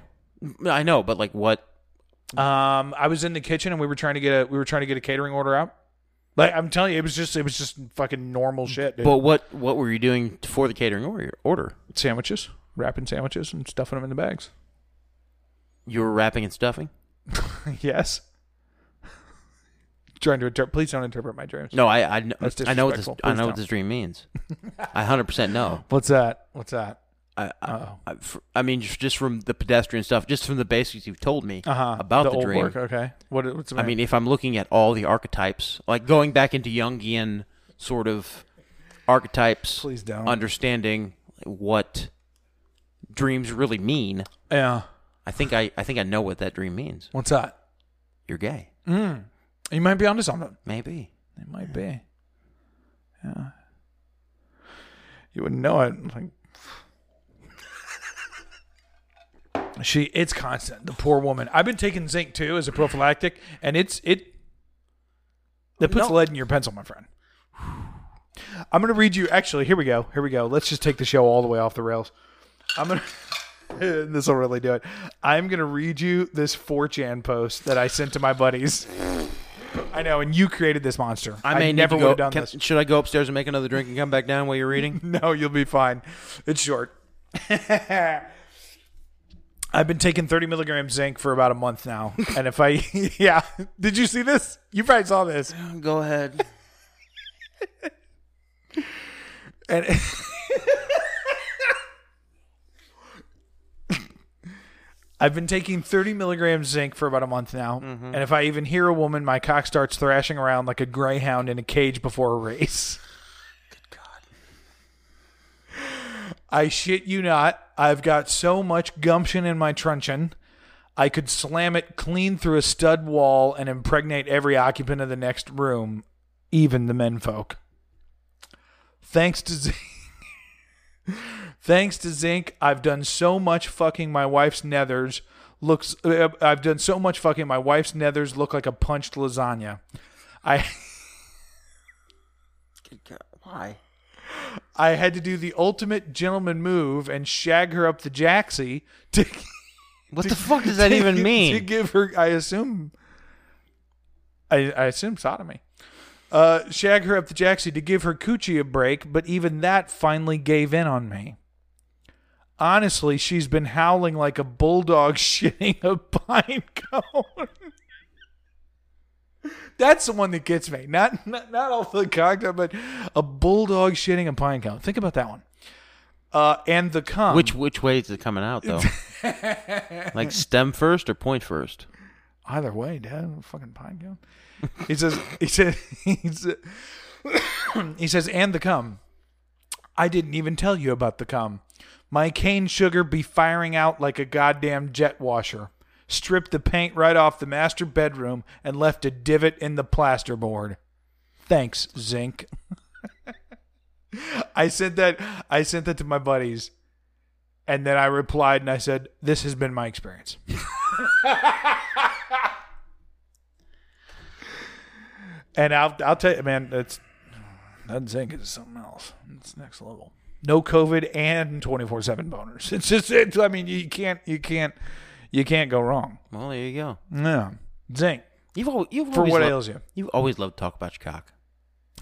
Speaker 6: I know, but like what?
Speaker 2: Um, I was in the kitchen and we were trying to get a we were trying to get a catering order out. Like I'm telling you, it was just it was just fucking normal shit. Dude.
Speaker 6: But what what were you doing for the catering order? order?
Speaker 2: sandwiches, wrapping sandwiches and stuffing them in the bags. *laughs*
Speaker 6: You were wrapping and stuffing?
Speaker 2: yes. *laughs* trying to interpret. Please don't interpret my dreams.
Speaker 6: No, I I, kn-
Speaker 2: That's
Speaker 6: I know what this
Speaker 2: disrespectful.
Speaker 6: I
Speaker 2: Please
Speaker 6: know what
Speaker 2: don't.
Speaker 6: this
Speaker 2: *laughs*
Speaker 6: dream means. I hundred percent know.
Speaker 2: What's that? What's that?
Speaker 6: I I, I, fr- I mean, just just from the pedestrian stuff, just from the basics you've told me
Speaker 2: Uh-huh.
Speaker 6: about the,
Speaker 2: old
Speaker 6: dream.
Speaker 2: work. Okay. What? What's the
Speaker 6: I mean, if I'm looking at all the archetypes, like going back into Jungian sort of archetypes,
Speaker 2: Please don't.
Speaker 6: understanding what dreams really mean.
Speaker 2: yeah.
Speaker 6: I think I I think I know what that dream means.
Speaker 2: What's that?
Speaker 6: You're gay,
Speaker 2: You might be onto something.
Speaker 6: maybe.
Speaker 2: It might be. Yeah. You wouldn't know it. Like she it's constant. The poor woman. I've been taking zinc too as a prophylactic, and it's it that puts lead in your pencil, my friend. I'm gonna read you actually, here we go. Here we go. Let's just take the show all the way off the rails. I'm gonna *laughs* this will really do it. I'm gonna read you this 4chan post that I sent to my buddies. I know, and you created this monster. I,
Speaker 6: may need
Speaker 2: never
Speaker 6: to
Speaker 2: would
Speaker 6: go-
Speaker 2: have done
Speaker 6: can-
Speaker 2: this.
Speaker 6: Should I go upstairs and make another drink and come back down while
Speaker 2: *laughs*
Speaker 6: you're reading?
Speaker 2: No, you'll be fine. It's short. *laughs* I've been taking 30 milligrams zinc for about a month now. And if I, *laughs* yeah, did you see this? You probably saw this.
Speaker 6: go ahead.
Speaker 2: And *laughs* I've been taking 30 milligrams zinc for about a month now. And if I even hear a woman, my cock starts thrashing around like a *laughs* greyhound in a cage before a race. Good God. I shit you not, I've got so much gumption in my truncheon, I could slam it clean through a stud wall and impregnate every occupant of the next room, even the menfolk. Thanks to Zinc, *laughs* thanks to Zinc, I've done so much fucking my wife's nethers looks. uh, I've done so much fucking my wife's nethers look like a punched lasagna. I. *laughs*
Speaker 6: Why?
Speaker 2: I had to do the ultimate gentleman move and shag her up the jacksie to
Speaker 6: *laughs* What the fuck
Speaker 2: *laughs*
Speaker 6: does that even
Speaker 2: to
Speaker 6: mean?
Speaker 2: give her I assume I, I assume sodomy. Uh, shag her up the jacksie to give her coochie a break, but even that finally gave in on me. Honestly, she's been howling like a bulldog *laughs* shitting a pine cone. That's the one that gets me. Not not, not all the cocktail, but a bulldog shitting a pine cone. Think about that one. Uh, and the cum.
Speaker 6: Which which way is it coming
Speaker 2: *laughs*
Speaker 6: out though? like stem first or point first?
Speaker 2: Either way, Dad, fucking pine cone. He says, *laughs* he says, he says, *coughs* he says, and the cum. I didn't even tell you about the cum. My cane sugar be firing out like a goddamn jet washer. Stripped the paint right off the master bedroom and left a divot in the plasterboard. Thanks, Zinc. *laughs* I sent that. I sent that to my buddies, and then I replied and I said, "This has been my experience." And I'll I'll tell you, man, that's that zinc is something else. It's next level. No COVID and twenty four seven boners. It's just it's, I mean you can't you can't you can't go wrong.
Speaker 6: Well, there you go.
Speaker 2: Yeah, zinc
Speaker 6: You've always, you've
Speaker 2: for
Speaker 6: always
Speaker 2: what
Speaker 6: loved,
Speaker 2: ails you.
Speaker 6: You always love to talk about your cock.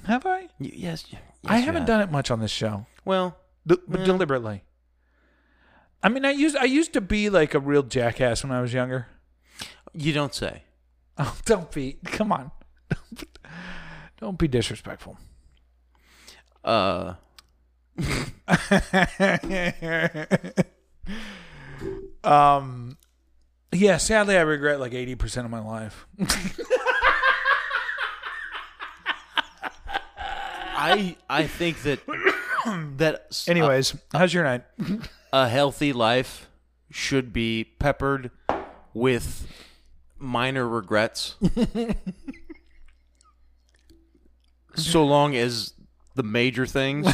Speaker 2: Have I?
Speaker 6: You, yes, yes,
Speaker 2: I
Speaker 6: you
Speaker 2: haven't
Speaker 6: have.
Speaker 2: done it much on this show,
Speaker 6: Well,
Speaker 2: d- but deliberately. I mean, I used I used to be like a real jackass when I was younger. *laughs*
Speaker 6: you don't say.
Speaker 2: Oh, don't be come on, *laughs* don't be disrespectful.
Speaker 6: Uh,
Speaker 2: *laughs* um yeah sadly i regret like 80% of my life
Speaker 6: I I think that *coughs* that s-
Speaker 2: anyways
Speaker 6: Uh,
Speaker 2: how's your night *laughs*
Speaker 6: a healthy life should be peppered with minor
Speaker 2: *laughs*
Speaker 6: regrets. so long as the major
Speaker 2: *laughs*
Speaker 6: things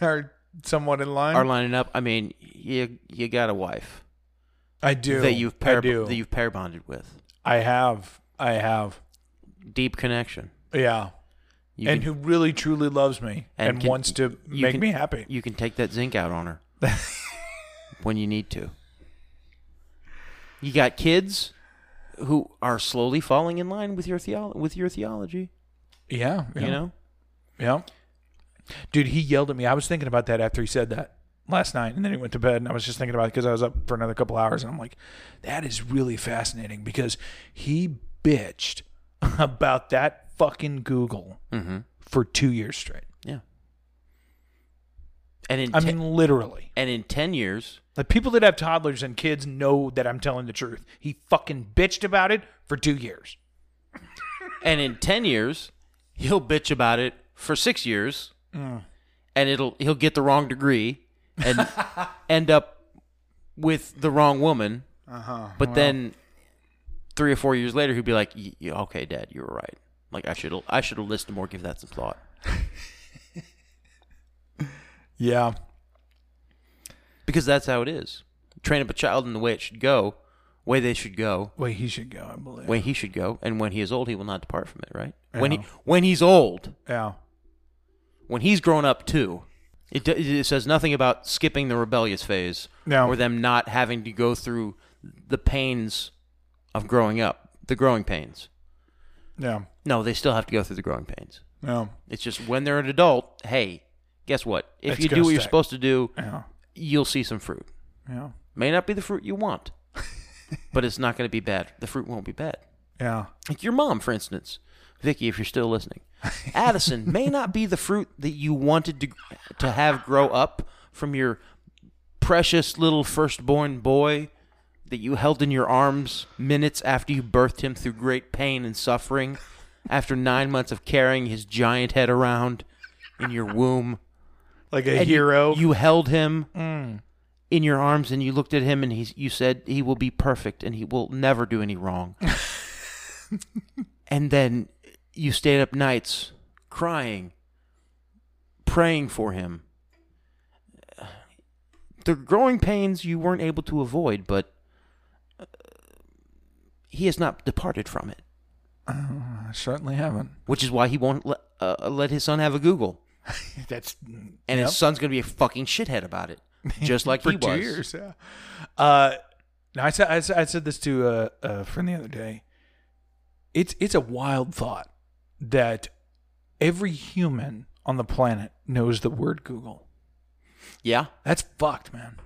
Speaker 2: are somewhat in line
Speaker 6: are lining up. I mean, you you got a wife
Speaker 2: i do
Speaker 6: that you've
Speaker 2: I
Speaker 6: pair
Speaker 2: do.
Speaker 6: that you've pair bonded with.
Speaker 2: i have i have
Speaker 6: Deep connection.
Speaker 2: yeah
Speaker 6: You
Speaker 2: and
Speaker 6: can-
Speaker 2: who really truly loves me and,
Speaker 6: can-
Speaker 2: wants to
Speaker 6: you
Speaker 2: make
Speaker 6: can-
Speaker 2: me happy
Speaker 6: You can take that zinc out
Speaker 2: *laughs*
Speaker 6: on her when you need to. You got kids who are slowly falling in line with your theolo- with your theology.
Speaker 2: yeah, yeah
Speaker 6: You know,
Speaker 2: yeah dude he yelled at me i was thinking about that after he said that last night and then he went to bed and i was just thinking about it because i was up for another couple hours and i'm like that is really fascinating because he bitched *laughs* about that fucking google for two years straight
Speaker 6: yeah. And in
Speaker 2: I
Speaker 6: te-
Speaker 2: mean, literally.
Speaker 6: and in ten years,
Speaker 2: Like people that have toddlers and kids know that I'm telling the truth. He fucking bitched about it for two years.
Speaker 6: and in ten years, he'll bitch about it for six years, and it'll he'll get the wrong degree and end up with the wrong woman. But then, three or four years later, he'd be like, y- y- "Okay, Dad, you were right. Like I should I should have listened more, give that some thought."
Speaker 2: Yeah.
Speaker 6: Because that's how it is. Train up a child in the way it should go, way they should go,
Speaker 2: Wait, he should go, I believe.
Speaker 6: way he should go, and when he is old, he will not depart from it. Right? When he when he's old,
Speaker 2: Yeah.
Speaker 6: when he's grown up too. It, do- it says nothing about skipping the rebellious phase
Speaker 2: No.
Speaker 6: or them not having to go through the pains of growing up, the growing pains.
Speaker 2: Yeah.
Speaker 6: No, they still have to go through the growing pains.
Speaker 2: Yeah.
Speaker 6: It's just when they're an adult, hey, guess what? If
Speaker 2: It's
Speaker 6: you do
Speaker 2: gonna
Speaker 6: what you're
Speaker 2: stick.
Speaker 6: supposed to do,
Speaker 2: Yeah.
Speaker 6: you'll see some fruit.
Speaker 2: Yeah.
Speaker 6: May not be the fruit you want, *laughs* but it's not going to be bad. The fruit won't be bad.
Speaker 2: Yeah.
Speaker 6: Like your mom, for instance, Vicky, if you're still listening, Addison may not be the fruit that you wanted to to have grow up from your precious little firstborn boy that you held in your arms minutes after you birthed him through great pain and suffering, after nine months of carrying his giant head around in your womb
Speaker 2: like a
Speaker 6: And you-
Speaker 2: hero. Mm.
Speaker 6: You held him in your arms and you looked at him and he's, you said, He will be perfect and he will never do
Speaker 2: *laughs*
Speaker 6: any wrong. and then you stayed up nights crying, praying for him. The growing pains you weren't able to avoid, but uh, he has not departed from it,
Speaker 2: I certainly haven't.
Speaker 6: which is why he won't let, uh, let his son have a Google.
Speaker 2: That's
Speaker 6: And
Speaker 2: Yep.
Speaker 6: his son's going to be a fucking shithead
Speaker 2: *laughs*
Speaker 6: about it, just like
Speaker 2: for
Speaker 6: he
Speaker 2: two
Speaker 6: was.
Speaker 2: years. Yeah. Uh, now I said, I said I said this to a, a friend the other day. It's it's a wild thought that every human on the planet knows the word Google.
Speaker 6: Yeah.
Speaker 2: That's fucked, man.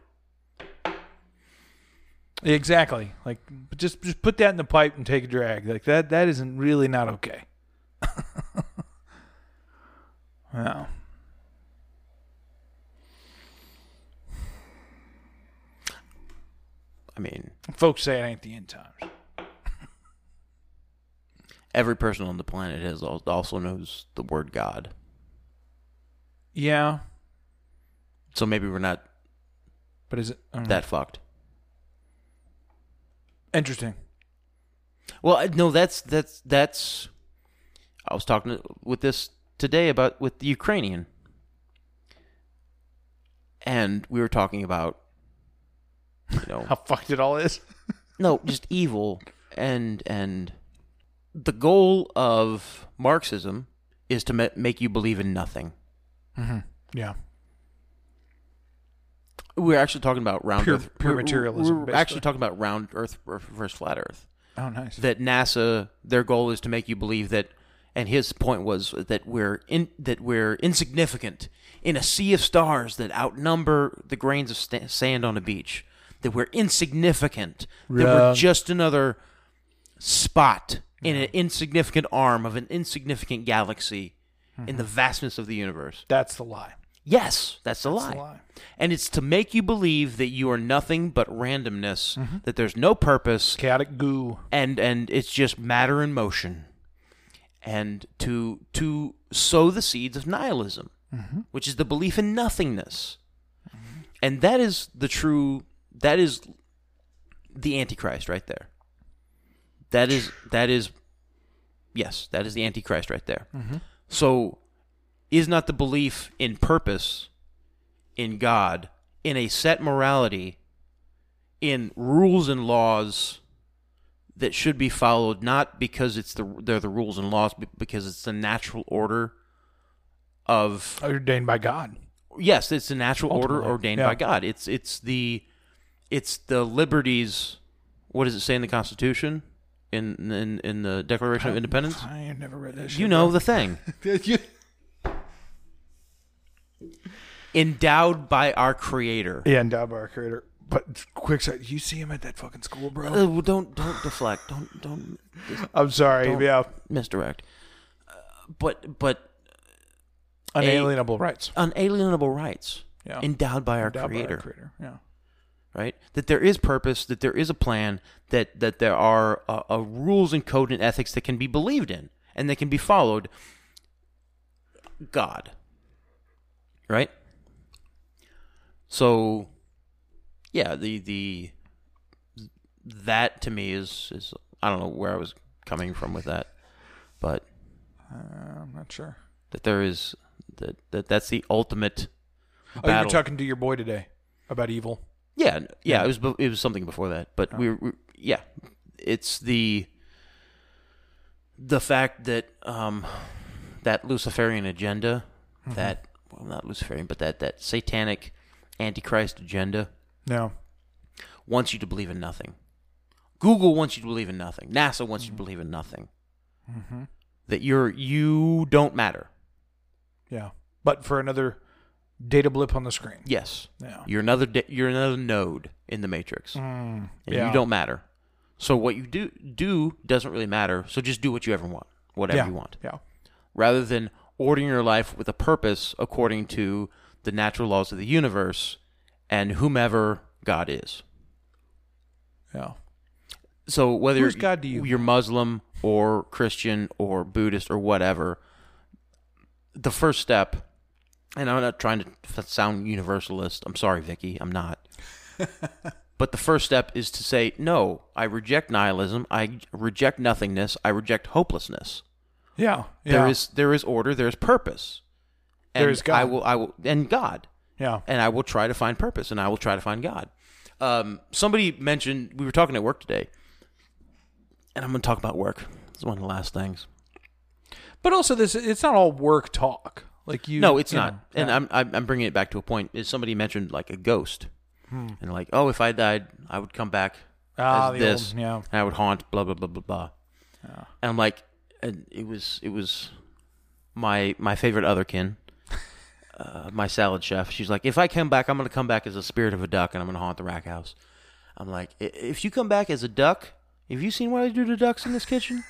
Speaker 2: Exactly. Like, but just just put that in the pipe and take a drag. Like that that isn't really not okay. *laughs* wow.
Speaker 6: I mean,
Speaker 2: Folks say it ain't the end times.
Speaker 6: every person on the planet has al- also knows the word God.
Speaker 2: Yeah,
Speaker 6: So maybe we're not
Speaker 2: but is it I don't know.
Speaker 6: that fucked.
Speaker 2: interesting?
Speaker 6: Well, I- no, that's that's that's. I was talking to, with this today about with the Ukrainian, and we were talking about, you know,
Speaker 2: How fucked it all is.
Speaker 6: no, just evil and and the goal of Marxism is to ma- make you believe in nothing.
Speaker 2: Yeah.
Speaker 6: We were actually talking about round
Speaker 2: Pure-
Speaker 6: earth,
Speaker 2: pure
Speaker 6: we- we-
Speaker 2: materialism,
Speaker 6: We were actually
Speaker 2: basically.
Speaker 6: talking about round earth versus flat earth.
Speaker 2: Oh, nice.
Speaker 6: that NASA their goal is to make you believe that and his point was that we're in that we're insignificant in a sea of stars that outnumber the grains of sta sand on a beach that we're insignificant that we're
Speaker 2: Wrong.
Speaker 6: just another spot in an insignificant arm of an insignificant galaxy
Speaker 2: Mm-hmm.
Speaker 6: in the vastness of the universe
Speaker 2: That's the lie.
Speaker 6: yes that's a
Speaker 2: That's
Speaker 6: lie.
Speaker 2: the lie.
Speaker 6: and it's to make you believe that you are nothing but randomness
Speaker 2: Mm-hmm.
Speaker 6: that there's no purpose
Speaker 2: Chaotic goo.
Speaker 6: and and it's just matter and motion and to to sow the seeds of nihilism which is the belief in nothingness and that is the true that is the antichrist right there that is that is yes that is the antichrist right there so is not the belief in purpose in god in a set morality in rules and laws that should be followed not because it's the they're the rules and laws but because it's the natural order of
Speaker 2: Ordained by God.
Speaker 6: yes it's the natural order
Speaker 2: Ultimately,
Speaker 6: ordained
Speaker 2: yeah.
Speaker 6: by God it's it's the it's the liberties what does it say in the constitution in in in the declaration of independence
Speaker 2: I ain't never read that shit.
Speaker 6: you know the thing *laughs*
Speaker 2: *laughs* You-
Speaker 6: endowed by our creator
Speaker 2: yeah, and Dow Bar Creator. But quick side, you see him at that fucking school, bro?
Speaker 6: Uh, well, don't don't deflect don't don't
Speaker 2: I'm sorry.
Speaker 6: don't-
Speaker 2: yeah.
Speaker 6: misdirect Uh, but but
Speaker 2: Unalienable rights.
Speaker 6: unalienable rights
Speaker 2: Yeah.
Speaker 6: endowed by our
Speaker 2: Dow Bar
Speaker 6: creator
Speaker 2: Creator. Yeah.
Speaker 6: right? That there is purpose, that there is a plan, that that there are uh, uh, rules and code and ethics that can be believed in and that can be followed. God, right? So, yeah, the the that to me is is I don't know where I was coming from with that, but
Speaker 2: I'm not sure.
Speaker 6: that there is that, that that's the ultimate.
Speaker 2: Oh, you were
Speaker 6: battle.
Speaker 2: talking to your boy today about evil.
Speaker 6: Yeah, n- yeah, it was be- it was something before that, but we, we yeah, it's the the fact that um that Luciferian agenda that well not Luciferian but that that satanic antichrist agenda
Speaker 2: No.
Speaker 6: wants you to believe in nothing. Google wants you to believe in nothing. NASA wants you to believe in nothing. That you're you don't matter.
Speaker 2: Yeah. But for another data blip on the screen.
Speaker 6: Yes,
Speaker 2: Yeah.
Speaker 6: you're another da- you're another node in the matrix.
Speaker 2: Mm,
Speaker 6: and
Speaker 2: yeah.
Speaker 6: you don't matter. So what you do do doesn't really matter. So just do what you ever want, whatever
Speaker 2: yeah.
Speaker 6: you want,
Speaker 2: Yeah.
Speaker 6: rather than ordering your life with a purpose according to the natural laws of the universe and whomever God is.
Speaker 2: Yeah.
Speaker 6: So whether
Speaker 2: Who's God to you?
Speaker 6: you're Muslim or Christian or Buddhist or whatever, the first step and I'm not trying to f- sound universalist. I'm sorry, Vicky, I'm
Speaker 2: *laughs*
Speaker 6: not. but the first step is to say no. I reject nihilism. I reject nothingness. I reject hopelessness.
Speaker 2: Yeah, yeah.
Speaker 6: There is there is order. There is purpose. And
Speaker 2: There is God.
Speaker 6: I will I will and God
Speaker 2: yeah.
Speaker 6: and I will try to find purpose and I will try to find God. Um, somebody mentioned we were talking at work today, and I'm going to talk about work. It's one of the last things.
Speaker 2: But also, this it's not all work talk. Like you,
Speaker 6: No, it's
Speaker 2: you
Speaker 6: not.
Speaker 2: know,
Speaker 6: and
Speaker 2: yeah.
Speaker 6: I'm I'm I'm bringing it back to a point. Is somebody mentioned like a ghost, and like, oh, if I died, I would come back
Speaker 2: Hmm. Ah,
Speaker 6: as
Speaker 2: the
Speaker 6: this,
Speaker 2: old- yeah.
Speaker 6: and I would haunt, blah blah blah blah blah. And I'm like, and it was it was my my favorite
Speaker 2: *laughs*
Speaker 6: otherkin, uh, my salad chef. She's like, if I come back, I'm gonna come back as a spirit of a duck, and I'm gonna haunt the rack house. I'm like, "I- if you come back as a duck, have you seen what I do to ducks in this kitchen?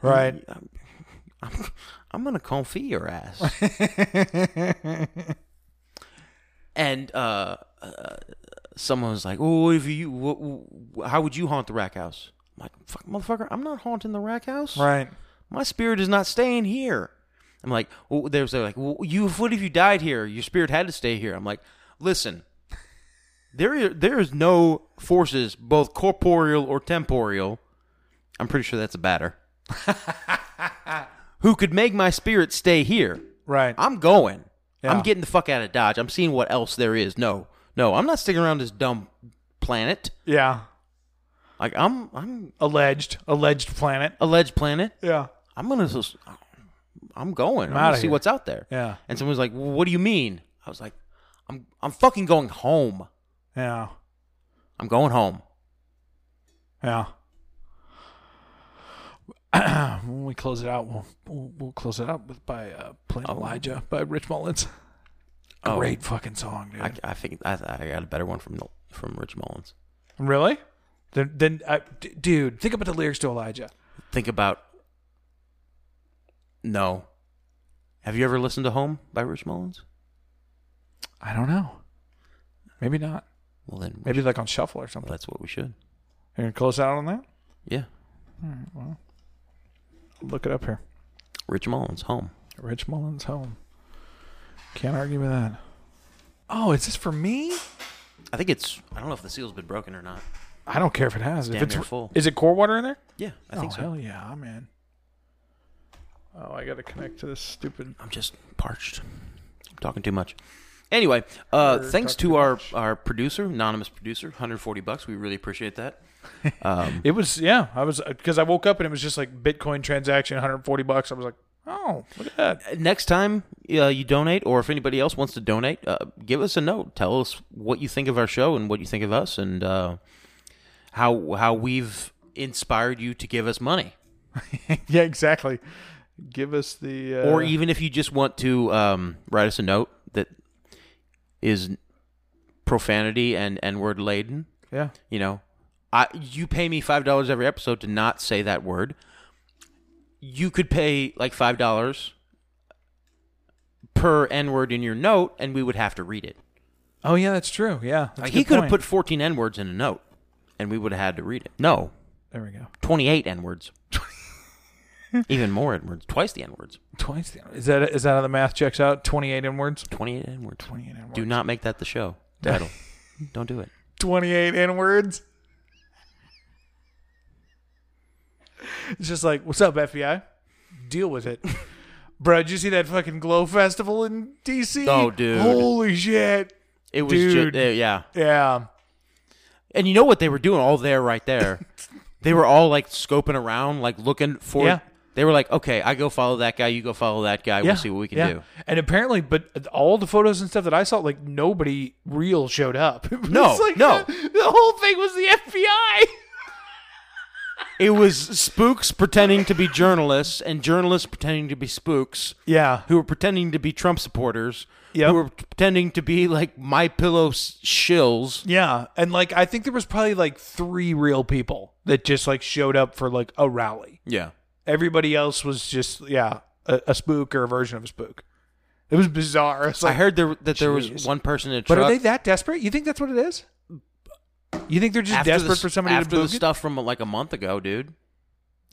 Speaker 2: right.
Speaker 6: I'm gonna confit your ass. and uh, uh, someone was like, "Oh, if you, wh- wh- how would you haunt the rack house?" I'm like, "Fuck, motherfucker, I'm not haunting the rack house.
Speaker 2: Right.
Speaker 6: My spirit is not staying here." I'm like, well, "There's they're like, well, you. What if you died here? Your spirit had to stay here." I'm like, "Listen, there, i- there is no forces, both corporeal or temporal. I'm pretty sure that's a batter." *laughs* Who could make my spirit stay here?
Speaker 2: Right.
Speaker 6: I'm going.
Speaker 2: Yeah.
Speaker 6: I'm getting the fuck out of Dodge. I'm seeing what else there is. No, no, I'm not sticking around this dumb planet.
Speaker 2: yeah.
Speaker 6: Like I'm, I'm
Speaker 2: Alleged. Alleged planet.
Speaker 6: alleged planet.
Speaker 2: Yeah.
Speaker 6: I'm gonna, s- I'm going. I'm,
Speaker 2: outta
Speaker 6: gonna see
Speaker 2: here.
Speaker 6: what's out there.
Speaker 2: Yeah.
Speaker 6: And someone was like, well, "What do you mean?" I was like, "I'm, I'm fucking going home.
Speaker 2: Yeah.
Speaker 6: I'm going home."
Speaker 2: Yeah. *clears throat* when we close it out, we'll we'll, we'll close it out with by uh, playing Elijah by Rich Mullins.
Speaker 6: *laughs* Oh.
Speaker 2: Great fucking song, dude.
Speaker 6: I, I think I, I got a better one from from Rich Mullins.
Speaker 2: really? Then, then I, d- dude, think about the lyrics to Elijah.
Speaker 6: Think about. No. Have you ever listened to "Home" by Rich Mullins?
Speaker 2: I don't know. Maybe not.
Speaker 6: Well, then
Speaker 2: Maybe like on shuffle or something.
Speaker 6: well, that's what we should.
Speaker 2: You're gonna close out on that.
Speaker 6: Yeah.
Speaker 2: Look it up here.
Speaker 6: Rich Mullins home.
Speaker 2: Rich Mullins home. Can't argue with that. Oh, is this for me?
Speaker 6: I think it's. I don't know if the seal's been broken or not.
Speaker 2: I don't care if it has. if
Speaker 6: Damn
Speaker 2: it's
Speaker 6: near full.
Speaker 2: Is it core water in there?
Speaker 6: Yeah, I
Speaker 2: oh
Speaker 6: think so.
Speaker 2: hell yeah, man. Oh, I gotta connect to this stupid.
Speaker 6: I'm just parched. I'm talking too much. Anyway, uh, thanks to our our producer, anonymous producer, 140 bucks. We really appreciate that. Um,
Speaker 2: It was yeah. I was because I woke up and it was just like Bitcoin transaction, 140 bucks. I was like, oh, look at that.
Speaker 6: Uh, Next time uh, you donate, or if anybody else wants to donate, uh, give us a note. Tell us what you think of our show and what you think of us, and uh, how how we've inspired you to give us money.
Speaker 2: *laughs* Yeah, exactly. Give us the uh,
Speaker 6: or even if you just want to um, write us a note that is profanity and n word laden,
Speaker 2: yeah.
Speaker 6: you know, I you pay me five dollars every episode to not say that word. You could pay like five dollars per n word in your note, and we would have to read it.
Speaker 2: Oh yeah, that's true. Yeah, that's a
Speaker 6: Like, he
Speaker 2: good
Speaker 6: could have
Speaker 2: point.
Speaker 6: put fourteen n words in a note, and we would have had to read it. No,
Speaker 2: There we go.
Speaker 6: twenty eight n words.
Speaker 2: *laughs*
Speaker 6: Even more n words, twice the n words,
Speaker 2: Twice. The, is that is that how the math checks out? 28 inwards.
Speaker 6: twenty eight n words.
Speaker 2: 28 inwards.
Speaker 6: Do not make that the show title. Don't do it.
Speaker 2: 28 inwards. It's just like, what's up, FBI? Deal with it. *laughs* Bro, did you see that fucking Glow Festival in DC?
Speaker 6: Oh, dude.
Speaker 2: Holy shit.
Speaker 6: It was
Speaker 2: Dude.
Speaker 6: just yeah.
Speaker 2: Yeah.
Speaker 6: And you know what they were doing all there right
Speaker 2: *laughs*
Speaker 6: there? they were all like scoping around, like looking for
Speaker 2: Yeah.
Speaker 6: They were like, "Okay, I go follow that guy, you go follow that guy.
Speaker 2: yeah.
Speaker 6: We'll see what we can
Speaker 2: yeah.
Speaker 6: do."
Speaker 2: And apparently, but all the photos and stuff that I saw, like nobody real showed up. *laughs* It was
Speaker 6: No,
Speaker 2: like
Speaker 6: no.
Speaker 2: The, the whole thing was the FBI.
Speaker 6: It was spooks pretending to be journalists and journalists pretending to be spooks
Speaker 2: Yeah.
Speaker 6: who were pretending to be Trump supporters
Speaker 2: Yep.
Speaker 6: who were pretending to be like my pillow shills.
Speaker 2: Yeah, and like I think there was probably like three real people that just like showed up for like a rally.
Speaker 6: Yeah.
Speaker 2: Everybody else was just yeah, a, a spook or a version of a spook. It was bizarre. *laughs* It's
Speaker 6: I
Speaker 2: like,
Speaker 6: heard there that there
Speaker 2: Jeez.
Speaker 6: was one person in a
Speaker 2: but
Speaker 6: truck
Speaker 2: are they that desperate? You think that's what it is? You think they're just
Speaker 6: after the
Speaker 2: desperate
Speaker 6: s-
Speaker 2: for somebody
Speaker 6: after
Speaker 2: to
Speaker 6: the
Speaker 2: book it? Oh,
Speaker 6: stuff from like a month ago, dude.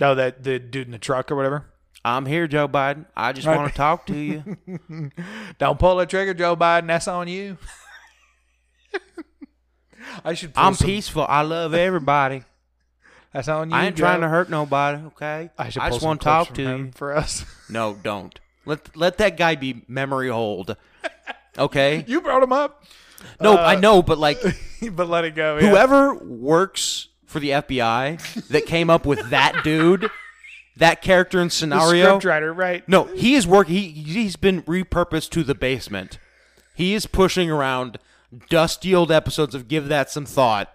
Speaker 2: No, that the dude in the truck or whatever.
Speaker 6: I'm here, Joe Biden. I just want to talk to
Speaker 2: *laughs*
Speaker 6: you.
Speaker 2: Don't pull the trigger, Joe Biden. That's on you. *laughs* I should. Pull
Speaker 6: I'm
Speaker 2: some-
Speaker 6: peaceful. I love everybody.
Speaker 2: That's on *laughs* you.
Speaker 6: I ain't
Speaker 2: Joe.
Speaker 6: trying to hurt nobody. Okay.
Speaker 2: I should. Pull
Speaker 6: just
Speaker 2: some
Speaker 6: want to
Speaker 2: clips
Speaker 6: talk
Speaker 2: from
Speaker 6: to
Speaker 2: him
Speaker 6: you.
Speaker 2: for us. *laughs*
Speaker 6: No, don't. Let let that guy be memory hold. Okay.
Speaker 2: *laughs* you uh, brought him up,
Speaker 6: No, I know,
Speaker 2: *laughs*
Speaker 6: but like
Speaker 2: but let it go. yeah.
Speaker 6: whoever works for the FBI that came up with that dude, that character and
Speaker 2: The
Speaker 6: scenario.
Speaker 2: scriptwriter, right?
Speaker 6: No, he is working. He he's been repurposed to the basement. He is pushing around dusty old episodes of Give That Some Thought.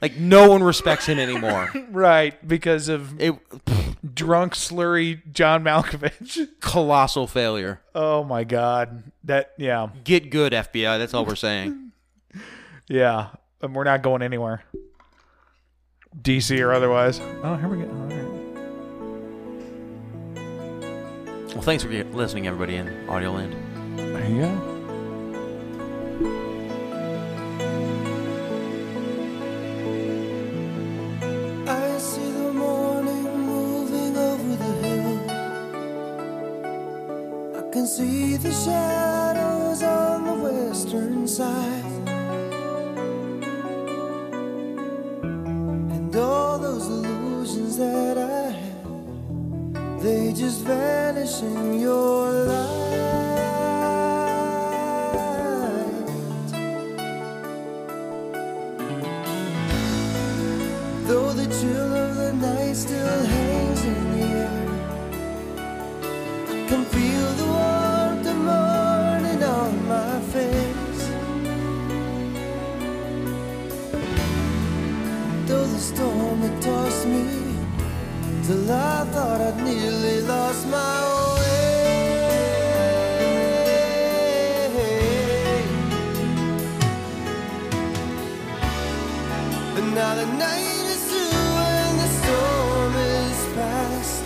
Speaker 6: Like no one respects him *laughs* anymore.
Speaker 2: right because of
Speaker 6: It pff,
Speaker 2: drunk, slurry John Malkovich.
Speaker 6: colossal failure.
Speaker 2: Oh my God, that yeah,
Speaker 6: Get good, FBI. That's all we're saying.
Speaker 2: yeah, and we're not going anywhere, DC or otherwise. Oh, here we go. All right.
Speaker 6: Well, thanks for listening, everybody, in Audio Land.
Speaker 2: There you go.
Speaker 7: I see the morning moving over the hill. I can see the shadows on the western side. And all those illusions that I had, they just vanish in your light. Though the chill of the night still hangs in the air, I can feel the warmth of morning on my face. Though the storm had tossed me, till I thought I'd nearly lost my way. But now the night is through and the storm is past.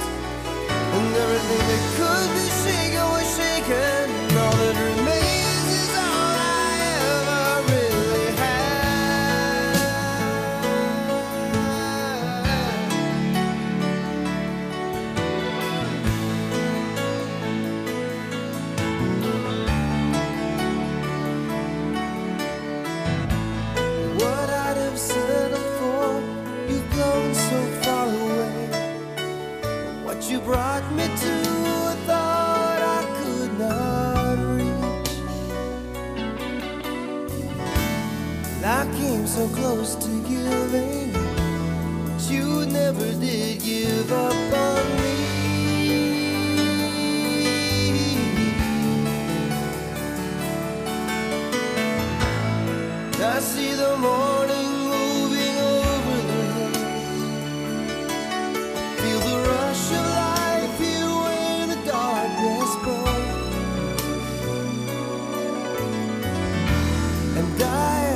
Speaker 7: And everything that could be shaken was shaken. And all that remains is all I ever really had. What I'd have settled for, you've blown so far away. What you brought me to, I thought I could not reach. And I came so close to giving, but you never did give up on me. I see the morning moving over the hills. Feel the rush of life here where the darkness broke. And I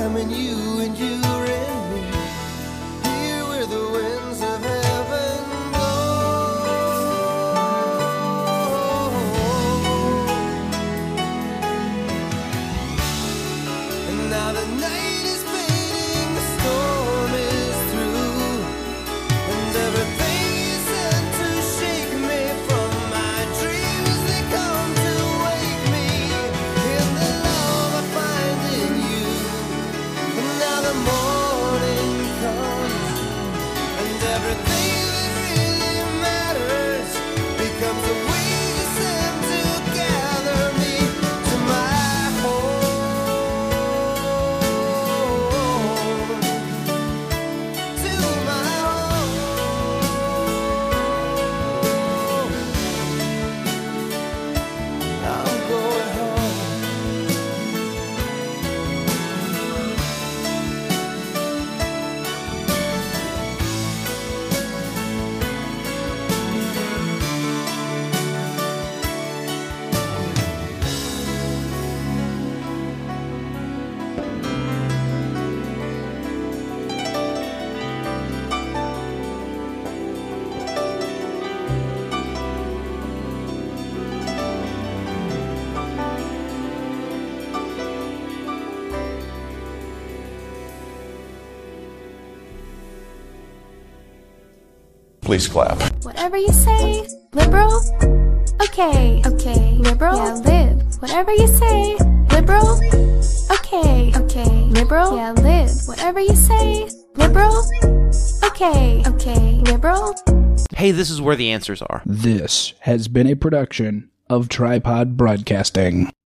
Speaker 7: am in you and you are in me. Here where the winds of heaven blow. And now the night is fading, the storm is through, and everything is sent to shake me from my dreams. They come to wake me in the love I find in you. And now the morning comes, and everything that really matters becomes a way to send to gather me to my home. To my home. I'm going home.
Speaker 8: Please clap.
Speaker 9: Whatever
Speaker 8: whatever you say. Liberal? Okay. Okay. Liberal? Yeah, live. Whatever you say. Liberal? Okay. Okay. Liberal? Yeah, live. Whatever you say. Liberal? Okay. Okay. Liberal?
Speaker 6: Hey, this is where the answers are.
Speaker 1: This has been a production of Tripod Broadcasting.